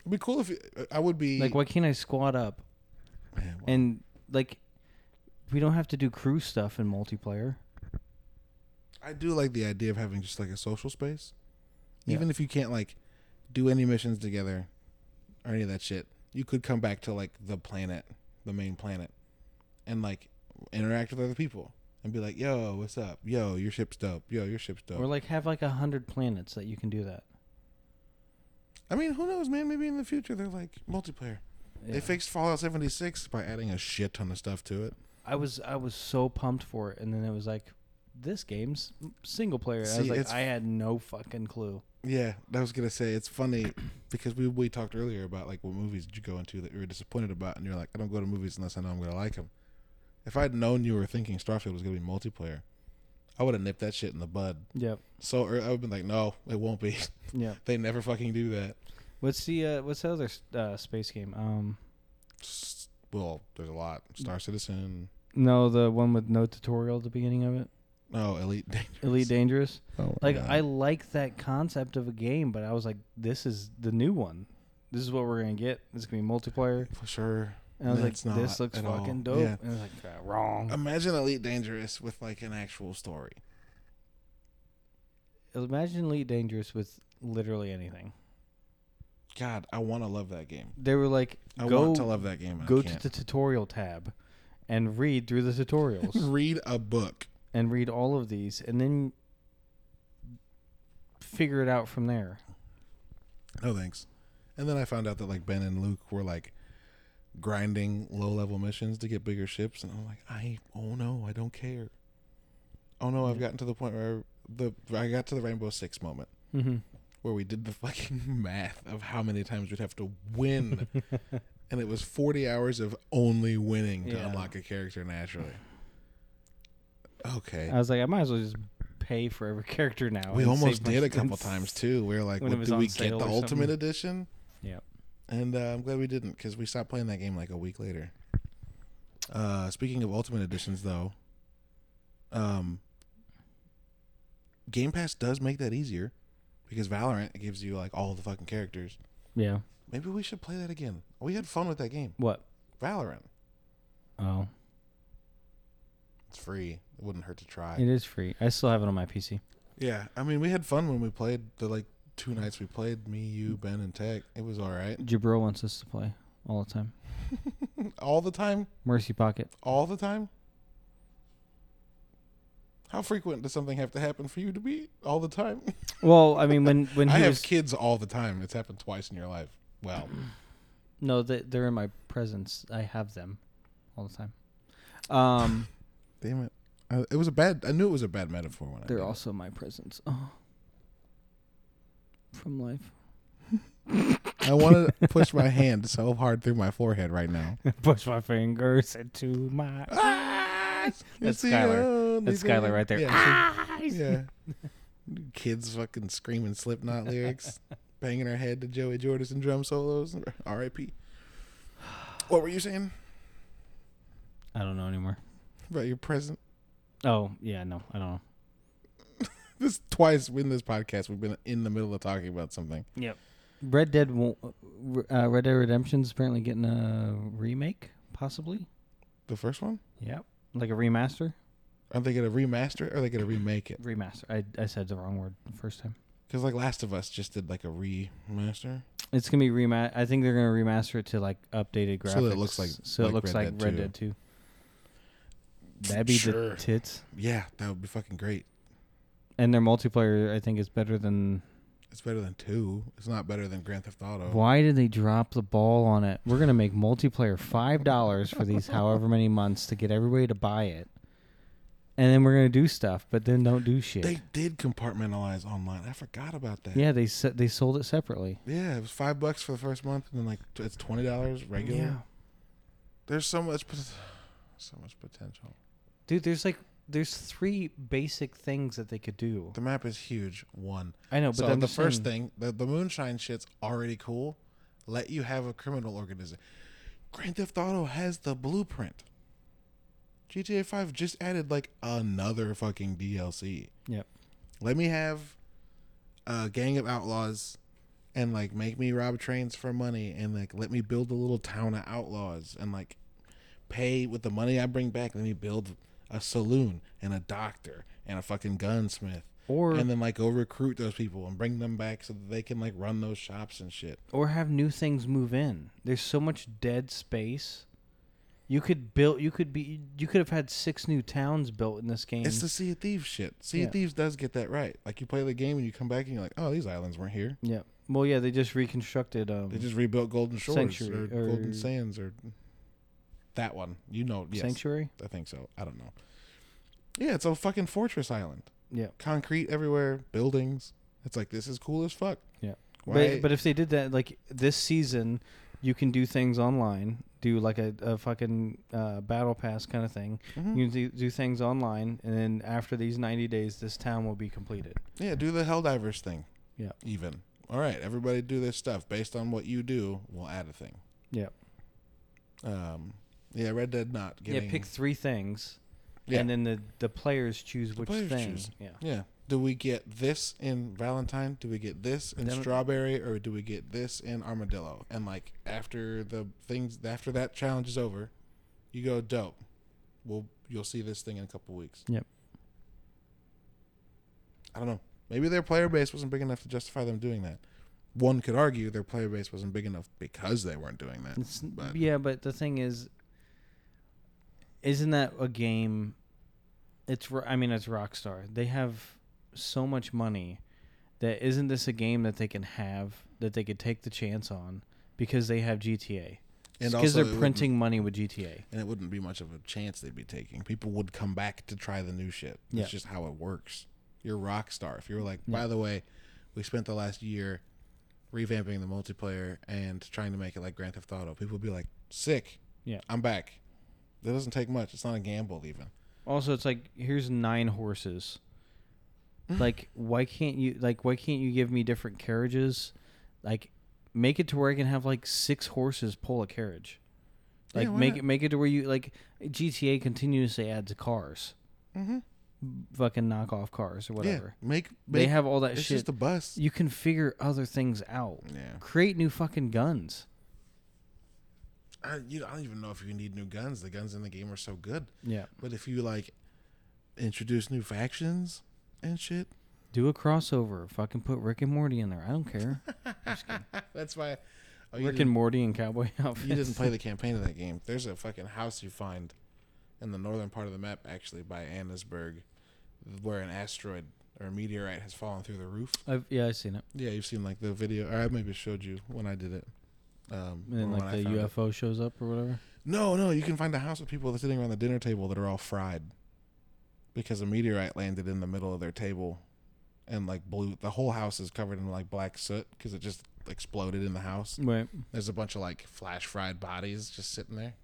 Speaker 1: It'd be cool if it, I would be
Speaker 2: Like, why can't I squad up
Speaker 1: Yeah, well,
Speaker 2: and like we don't have to do crew stuff in multiplayer.
Speaker 1: I do like the idea of having just like a social space,
Speaker 2: Yeah.
Speaker 1: even if you can't like do any missions together or any of that shit. You could come back to like the planet, the main planet, and like interact with other people and be like, "Yo, what's up? Yo, your ship's dope. Yo, your ship's dope."
Speaker 2: Or like have like a hundred planets that you can do that.
Speaker 1: I mean, who knows, man? Maybe in the future they're like multiplayer. They
Speaker 2: Yeah.
Speaker 1: fixed Fallout 76 by adding a shit ton of stuff to it.
Speaker 2: I was I was so pumped for it, and then it was like, this game's single player. I
Speaker 1: See,
Speaker 2: was like,
Speaker 1: it's-
Speaker 2: I had no fucking clue.
Speaker 1: Yeah, I was gonna say it's funny because we we talked earlier about like what movies did you go into that you were disappointed about, and you're like, I don't go to movies unless I know I'm gonna like them. If I'd known you were thinking Starfield was gonna be multiplayer, I would have nipped that shit in the bud.
Speaker 2: Yep.
Speaker 1: So ear- I would have been like, no, it won't be.
Speaker 2: Yep.
Speaker 1: they never fucking do that.
Speaker 2: What's the uh, what's the other s- uh, space game? Um,
Speaker 1: S- Well, there's a lot. Star Citizen.
Speaker 2: no, the one with no tutorial at the beginning of it,
Speaker 1: No, Elite Dangerous.
Speaker 2: Elite Dangerous.
Speaker 1: Oh,
Speaker 2: Like
Speaker 1: God.
Speaker 2: I like that concept of a game, but I was like, this is the new one. This is what we're gonna get. This is gonna be multiplayer.
Speaker 1: for sure.
Speaker 2: And I was
Speaker 1: That's
Speaker 2: like,
Speaker 1: not
Speaker 2: this looks
Speaker 1: at all.
Speaker 2: fucking dope.
Speaker 1: Yeah.
Speaker 2: And I was like, "Ah, wrong.
Speaker 1: Imagine Elite Dangerous with like an actual story.
Speaker 2: Imagine Elite Dangerous with literally anything.
Speaker 1: God, I want to love that game.
Speaker 2: They were like,
Speaker 1: I
Speaker 2: go
Speaker 1: want to love that game. and I
Speaker 2: go
Speaker 1: can't.
Speaker 2: to the tutorial tab and read through the tutorials
Speaker 1: read a book.
Speaker 2: and read all of these and then figure it out from there.
Speaker 1: No thanks. And then I found out that like Ben and Luke were like grinding low level missions to get bigger ships, and I'm like, I oh no, I don't care. oh no, I've
Speaker 2: Yeah.
Speaker 1: gotten to the point where the I got to the Rainbow Six moment
Speaker 2: Mm-hmm.
Speaker 1: where we did the fucking math of how many times we'd have to win, and it was forty hours of only winning to
Speaker 2: Yeah.
Speaker 1: unlock a character naturally. Okay,
Speaker 2: I was like, I might as well just pay for every character now.
Speaker 1: we
Speaker 2: and
Speaker 1: almost
Speaker 2: save my
Speaker 1: did a couple
Speaker 2: friends.
Speaker 1: times too. We were like,
Speaker 2: when it
Speaker 1: what,
Speaker 2: was
Speaker 1: "Do
Speaker 2: on
Speaker 1: we get
Speaker 2: sale
Speaker 1: the
Speaker 2: or
Speaker 1: Ultimate
Speaker 2: something."
Speaker 1: Edition?"
Speaker 2: Yep.
Speaker 1: And uh, I'm glad we didn't because we stopped playing that game like a week later. Uh, speaking of Ultimate Editions, though, um, Game Pass does make that easier because Valorant it gives you like all the fucking characters.
Speaker 2: Yeah.
Speaker 1: Maybe we should play that again. We had fun with that game,
Speaker 2: What?
Speaker 1: Valorant.
Speaker 2: Oh,
Speaker 1: It's free. It wouldn't hurt to try.
Speaker 2: it is free. I still have it on my PC.
Speaker 1: Yeah, I mean, we had fun when we played the like two nights we played. Me, you, Ben, and Tech. It was all right.
Speaker 2: Jabril wants us to play all the time.
Speaker 1: All the time.
Speaker 2: Mercy Pocket.
Speaker 1: all the time? How frequent does something have to happen for you to be all the time?
Speaker 2: Well, I mean, when when
Speaker 1: I
Speaker 2: he
Speaker 1: have
Speaker 2: was
Speaker 1: kids all the time. It's happened twice in your life. Well,
Speaker 2: no, they, they're in my presence. I have them all the time. Um,
Speaker 1: damn it. Uh, it was a bad. I knew it was a bad metaphor when I.
Speaker 2: they're
Speaker 1: did it.
Speaker 2: also my presence. Oh, from life.
Speaker 1: I want to push my hand so hard through my forehead right now.
Speaker 2: Push my fingers into my.
Speaker 1: Ah, it's
Speaker 2: That's
Speaker 1: the
Speaker 2: Skylar.
Speaker 1: only
Speaker 2: That's Skylar
Speaker 1: thing-
Speaker 2: right there.
Speaker 1: Yeah. she- yeah. Ah, Kids fucking screaming Slipknot lyrics, banging her head to Joey Jordison drum solos. R.I.P. What were you saying
Speaker 2: I don't know anymore.
Speaker 1: about your present?
Speaker 2: Oh yeah, no, I don't know.
Speaker 1: this twice in this podcast we've been in the middle of talking about something.
Speaker 2: Yep. Red Dead, won't- uh, Red Dead Redemption's apparently getting a remake, possibly.
Speaker 1: The first one?
Speaker 2: Yep. Like a remaster.
Speaker 1: Are they gonna remaster it or are they gonna remake it?
Speaker 2: Remaster. I I said the wrong word the first time.
Speaker 1: Because like Last of Us just did like a remaster.
Speaker 2: It's gonna be rema. I think they're gonna remaster it to like updated graphics.
Speaker 1: So that it looks like-
Speaker 2: so it
Speaker 1: like
Speaker 2: looks
Speaker 1: Red
Speaker 2: like
Speaker 1: Dead
Speaker 2: Red
Speaker 1: 2.
Speaker 2: Dead Two. That'd be
Speaker 1: Sure.
Speaker 2: the tits.
Speaker 1: Yeah, that would be fucking great.
Speaker 2: And their multiplayer, I think, is better than.
Speaker 1: It's better than two. It's not better than Grand Theft Auto.
Speaker 2: Why did they drop the ball on it? We're gonna make multiplayer five dollars for these however many months to get everybody to buy it, and then we're gonna do stuff, but then don't do shit.
Speaker 1: They did compartmentalize online. I forgot about that.
Speaker 2: yeah, they se- they sold it separately.
Speaker 1: Yeah, it was five bucks for the first month, and then like t- it's twenty dollars regular. There's so much, pot- so much potential.
Speaker 2: dude. There's like there's three basic things that they could do.
Speaker 1: The map is huge. One.
Speaker 2: I know, but
Speaker 1: so
Speaker 2: I'm
Speaker 1: the
Speaker 2: just
Speaker 1: first
Speaker 2: saying-
Speaker 1: thing, the, the moonshine shit's already cool. Let you have a criminal organization. Grand Theft Auto has the blueprint. GTA Five just added like another fucking DLC.
Speaker 2: Yep.
Speaker 1: Let me have a gang of outlaws and like make me rob trains for money and like let me build a little town of outlaws and like pay with the money I bring back. Let me build a saloon and a doctor and a fucking gunsmith
Speaker 2: Or
Speaker 1: and then like go recruit those people and bring them back so that they can like run those shops and shit.
Speaker 2: or have new things move in. There's so much dead space. You could build. You could be. You could have had six new towns built in this game.
Speaker 1: It's the Sea of Thieves shit. Sea
Speaker 2: Yeah.
Speaker 1: of Thieves does get that right. Like you play the game and you come back and you're like, oh, these islands weren't here.
Speaker 2: yeah. Well, yeah. They just reconstructed. Um,
Speaker 1: They just rebuilt Golden Shores
Speaker 2: Sanctuary,
Speaker 1: or, Golden
Speaker 2: or-
Speaker 1: Sands or that one. You know, yes,
Speaker 2: sanctuary.
Speaker 1: I think so. I don't know. Yeah, it's a fucking fortress island.
Speaker 2: Yeah.
Speaker 1: Concrete everywhere, buildings. It's like this is cool as fuck.
Speaker 2: Yeah.
Speaker 1: Why?
Speaker 2: But, but if they did that, like this season, you can do things online. Do like a, a fucking uh, battle pass kind of thing.
Speaker 1: Mhm.
Speaker 2: You can do, do things online, and then after these ninety days, this town will be completed.
Speaker 1: Yeah, do the Helldivers thing.
Speaker 2: Yeah.
Speaker 1: Even. All right, everybody do this stuff. Based on what you do, we'll add a thing.
Speaker 2: Yeah.
Speaker 1: Um, yeah, Red Dead not getting.
Speaker 2: Yeah. Pick three things,
Speaker 1: Yeah.
Speaker 2: and then the the players choose which
Speaker 1: players
Speaker 2: thing.
Speaker 1: choose.
Speaker 2: Yeah.
Speaker 1: yeah. Do we get this in Valentine? Do we get this in
Speaker 2: Then-
Speaker 1: Strawberry, or do we get this in Armadillo? And like after the things, after that challenge is over, you go dope. We'll you'll see this thing in a couple weeks.
Speaker 2: Yep.
Speaker 1: I don't know. Maybe their player base wasn't big enough to justify them doing that. One could argue their player base wasn't big enough because they weren't doing that.
Speaker 2: It's,
Speaker 1: But-
Speaker 2: yeah, but the thing is, isn't that a game? It's Ro- I mean it's Rockstar. They have so much money that isn't this a game that they can have that they could take the chance on because they have GTA.
Speaker 1: And
Speaker 2: because
Speaker 1: also,
Speaker 2: they're
Speaker 1: it wouldn't-
Speaker 2: printing money with GTA.
Speaker 1: and it wouldn't be much of a chance they'd be taking. People would come back to try the new shit. That's
Speaker 2: Yeah.
Speaker 1: just how it works. You're a rock star. If you were like, by the way, we spent the last year revamping the multiplayer and trying to make it like Grand Theft Auto, people would be like, sick.
Speaker 2: Yeah.
Speaker 1: I'm back. That doesn't take much. It's not a gamble, even.
Speaker 2: Also, it's like here's nine horses. Like, why can't you like why can't you give me different carriages? Like, make it to where I can have like six horses pull a carriage.
Speaker 1: Yeah,
Speaker 2: Like,
Speaker 1: why
Speaker 2: make
Speaker 1: not?
Speaker 2: it make it to where you like GTA continuously adds cars,
Speaker 1: Mm-hmm.
Speaker 2: fucking knock off cars or
Speaker 1: Yeah.
Speaker 2: whatever.
Speaker 1: Make,
Speaker 2: they
Speaker 1: make
Speaker 2: have all that
Speaker 1: it's
Speaker 2: shit.
Speaker 1: just a bus.
Speaker 2: you can figure other things out.
Speaker 1: Yeah.
Speaker 2: Create new fucking guns.
Speaker 1: I, you, I don't even know if you need new guns. The guns in the game are so good.
Speaker 2: Yeah.
Speaker 1: But if you like introduce new factions and shit,
Speaker 2: Do a crossover. Fucking put Rick and Morty in there. I don't care.
Speaker 1: that's why. Oh, you
Speaker 2: Rick
Speaker 1: didn't-
Speaker 2: and Morty and cowboy outfits.
Speaker 1: You didn't play the campaign of that game. There's a fucking house you find in the northern part of the map, actually, by Annisburg, where an asteroid or a meteorite has fallen through the roof.
Speaker 2: I've, yeah, I've seen it.
Speaker 1: Yeah, you've seen like the video, or I maybe showed you when I did it. Um,
Speaker 2: And then
Speaker 1: or when
Speaker 2: like
Speaker 1: I
Speaker 2: the
Speaker 1: found it.
Speaker 2: UFO shows up or whatever.
Speaker 1: No, no, you can find a house with people that's sitting around the dinner table that are all fried because a meteorite landed in the middle of their table and like blew the whole house is covered in like black soot because it just exploded in the house.
Speaker 2: Right.
Speaker 1: There's a bunch of like flash fried bodies just sitting there,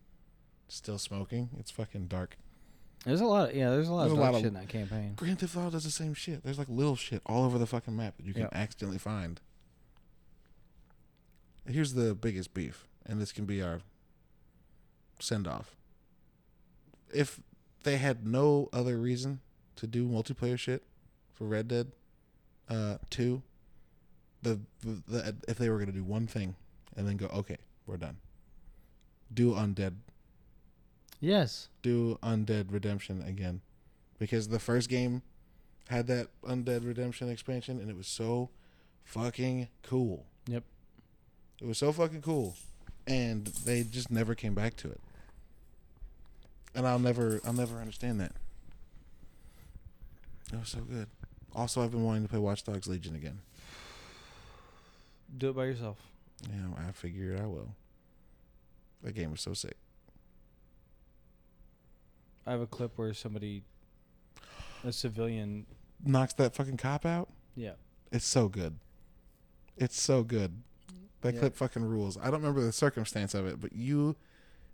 Speaker 1: still smoking. It's fucking dark.
Speaker 2: There's a lot. yeah, there's a lot
Speaker 1: There's
Speaker 2: of
Speaker 1: a
Speaker 2: dark
Speaker 1: lot of-
Speaker 2: shit in that campaign.
Speaker 1: Grand Theft Auto does the same shit. There's like little shit all over the fucking map that you can
Speaker 2: Yep.
Speaker 1: accidentally find. Here's the biggest beef, and this can be our send off. If they had no other reason to do multiplayer shit for Red Dead uh, 2, the, the, the if they were going to do one thing and then go, okay, we're done. Do Undead
Speaker 2: Yes.
Speaker 1: do Undead Redemption again because the first game had that Undead Redemption expansion and it was so fucking cool.
Speaker 2: Yep.
Speaker 1: It was so fucking cool and they just never came back to it. And I'll never I'll never understand that. It was so good. Also, I've been wanting to play Watch Dogs Legion again.
Speaker 2: Do it by yourself.
Speaker 1: Yeah, I figured I will. That game was so sick.
Speaker 2: I have a clip where somebody, a civilian.
Speaker 1: Knocks that fucking cop out.
Speaker 2: Yeah.
Speaker 1: It's so good. It's so good. That
Speaker 2: Yeah.
Speaker 1: clip fucking rules. I don't remember the circumstance of it, but you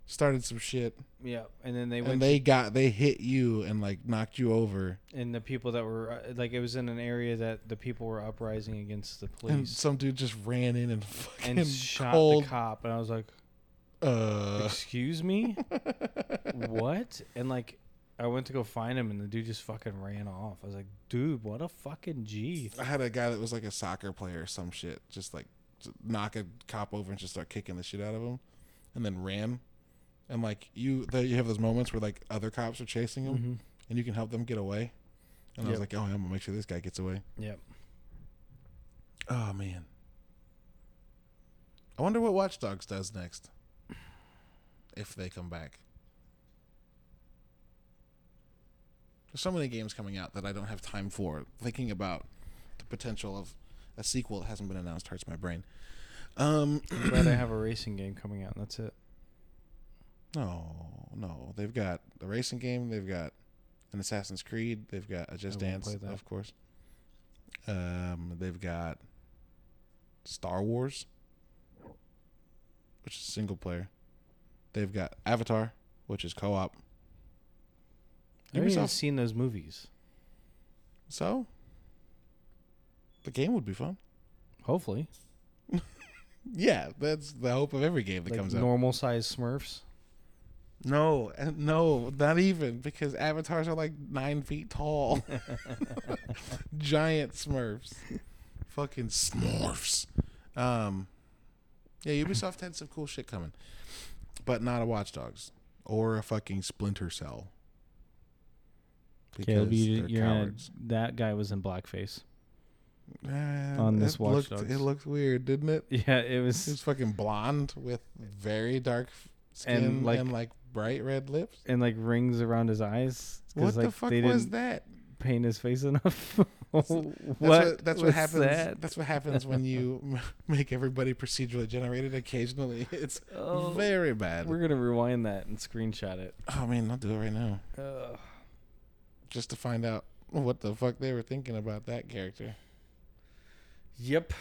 Speaker 1: started some shit
Speaker 2: Yeah. And then they went.
Speaker 1: and they got they hit you and like knocked you over.
Speaker 2: and the people that were uh, like, it was in an area that the people were uprising against the
Speaker 1: And
Speaker 2: police
Speaker 1: some dude just ran in and
Speaker 2: and,
Speaker 1: fucking
Speaker 2: shot
Speaker 1: cold.
Speaker 2: the cop. And I was like,
Speaker 1: uh,
Speaker 2: excuse me, what? And like, I went to go find him, and the dude just fucking ran off. I was like, dude, what a fucking G.
Speaker 1: I had a guy that was like a soccer player or some shit, just like just knock a cop over and just start kicking the shit out of him, and then ran. And like you, there you have those moments where like other cops are chasing him,
Speaker 2: Mhm.
Speaker 1: and you can help them get away. And I was
Speaker 2: Yep.
Speaker 1: like, oh, I'm gonna make sure this guy gets away.
Speaker 2: Yep.
Speaker 1: Oh man. I wonder what Watch Dogs does next. If they come back. There's so many games coming out that I don't have time for. Thinking about the potential of a sequel that hasn't been announced hurts my brain. Um
Speaker 2: I'm glad I have a racing game coming out. and That's it.
Speaker 1: no, no. They've got the racing game, they've got an Assassin's Creed, they've got a Just
Speaker 2: I won't
Speaker 1: Dance,
Speaker 2: play that.
Speaker 1: of course. Um they've got Star Wars, which is single player. They've got Avatar, which is co-op.
Speaker 2: I haven't even
Speaker 1: Ubisoft.
Speaker 2: seen those movies.
Speaker 1: So the game would be fun.
Speaker 2: Hopefully,
Speaker 1: Yeah, that's the hope of every game that
Speaker 2: like
Speaker 1: comes out.
Speaker 2: normal sized Smurfs.
Speaker 1: No, and no, not even because avatars are like nine feet tall, giant Smurfs, fucking Smurfs. Um, yeah, Ubisoft had some cool shit coming, but not a Watch Dogs or a fucking Splinter Cell.
Speaker 2: Caleb, you,
Speaker 1: they're
Speaker 2: you're gonna,
Speaker 1: cowards.
Speaker 2: that guy was in blackface.
Speaker 1: Uh,
Speaker 2: on this
Speaker 1: it
Speaker 2: Watch
Speaker 1: looked-
Speaker 2: Dogs.
Speaker 1: It looked weird, didn't it?
Speaker 2: Yeah, it
Speaker 1: It was
Speaker 2: was,
Speaker 1: fucking blonde with very dark f- skin and like,
Speaker 2: like-
Speaker 1: bright red lips.
Speaker 2: and like rings around his eyes. 'cause,
Speaker 1: What the
Speaker 2: like,
Speaker 1: fuck
Speaker 2: they
Speaker 1: was
Speaker 2: didn't-
Speaker 1: that?
Speaker 2: paint his face enough. what?
Speaker 1: That's what, that's what
Speaker 2: was
Speaker 1: happens.
Speaker 2: that?
Speaker 1: That's what happens when you m- make everybody procedurally generated. Occasionally, it's
Speaker 2: Oh,
Speaker 1: very bad.
Speaker 2: we're gonna rewind that and screenshot it.
Speaker 1: Oh man, I'll do it right now
Speaker 2: Ugh.
Speaker 1: just to find out what the fuck they were thinking about that character.
Speaker 2: Yep.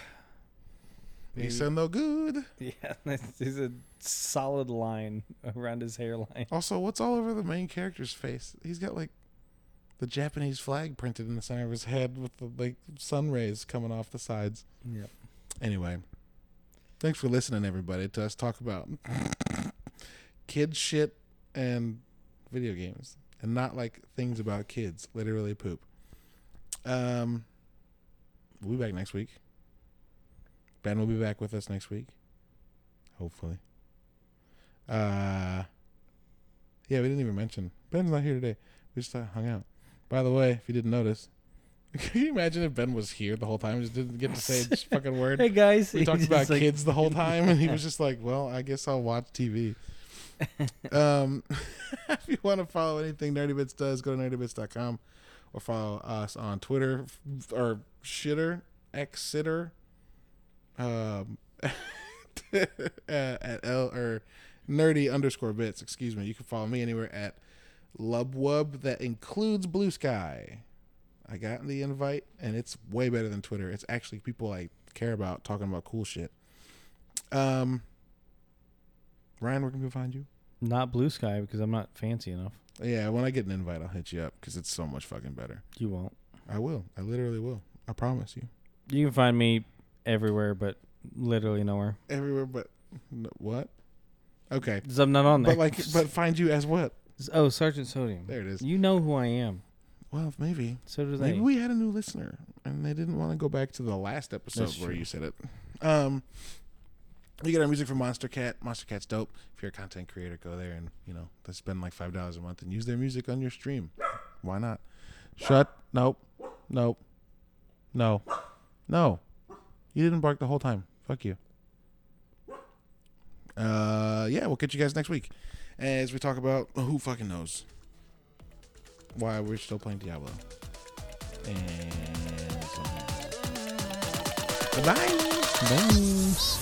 Speaker 2: Maybe-
Speaker 1: He's so no good.
Speaker 2: Yeah, that's- there's a solid line around his hairline.
Speaker 1: Also, what's all over the main character's face? He's got like the Japanese flag printed in the center of his head with the like sun rays coming off the sides.
Speaker 2: Yep.
Speaker 1: Anyway, thanks for listening, everybody, to us talk about kids shit and video games, and not like things about kids, literally poop. Um, we'll be back next week. Ben will be back with us next week, hopefully. Uh, yeah, we didn't even mention Ben's not here today. We just uh, hung out. By the way, if you didn't notice, can you imagine if Ben was here the whole time and just didn't get to say a fucking word?
Speaker 2: Hey guys,
Speaker 1: we
Speaker 2: he
Speaker 1: talked
Speaker 2: just,
Speaker 1: about
Speaker 2: like,
Speaker 1: kids the whole time, and he was just like, "Well, I guess I'll watch TV." um, if you want to follow anything Nerdy Bits does, go to nerdybits.com or follow us on Twitter f- or Shitter Xitter, um, uh, at L or Nerdy underscore Bits. Excuse me. You can follow me anywhere at Lubwub. That includes Blue Sky. I got the invite, and it's way better than Twitter. It's actually people I care about talking about cool shit. Um, Ryan, where can we find you?
Speaker 2: Not blue sky because I'm not fancy enough.
Speaker 1: Yeah, when I get an invite, I'll hit you up because it's so much fucking better.
Speaker 2: You won't.
Speaker 1: I will. I literally will. I promise you.
Speaker 2: You can find me everywhere, but literally nowhere
Speaker 1: Everywhere, but no, what? Okay,
Speaker 2: 'Cause I'm not on there.
Speaker 1: but like, but find you as what?
Speaker 2: oh, Sergeant Sodium.
Speaker 1: There it is.
Speaker 2: You know who I am.
Speaker 1: Well, maybe.
Speaker 2: So do they.
Speaker 1: Maybe we had a new listener and they didn't want to go back to the last episode
Speaker 2: That's
Speaker 1: where
Speaker 2: true.
Speaker 1: you said it. Um, we get our music from Monster Cat. Monster Cat's dope. If you're a content creator, go there and you know they spend like five dollars a month and use their music on your stream. Why not? Shut. Nope. Nope. No. No. You didn't bark the whole time. Fuck you. Uh, yeah, we'll catch you guys next week as we talk about who fucking knows why we're still playing Diablo Eh, and something else. Bye.
Speaker 2: Bones.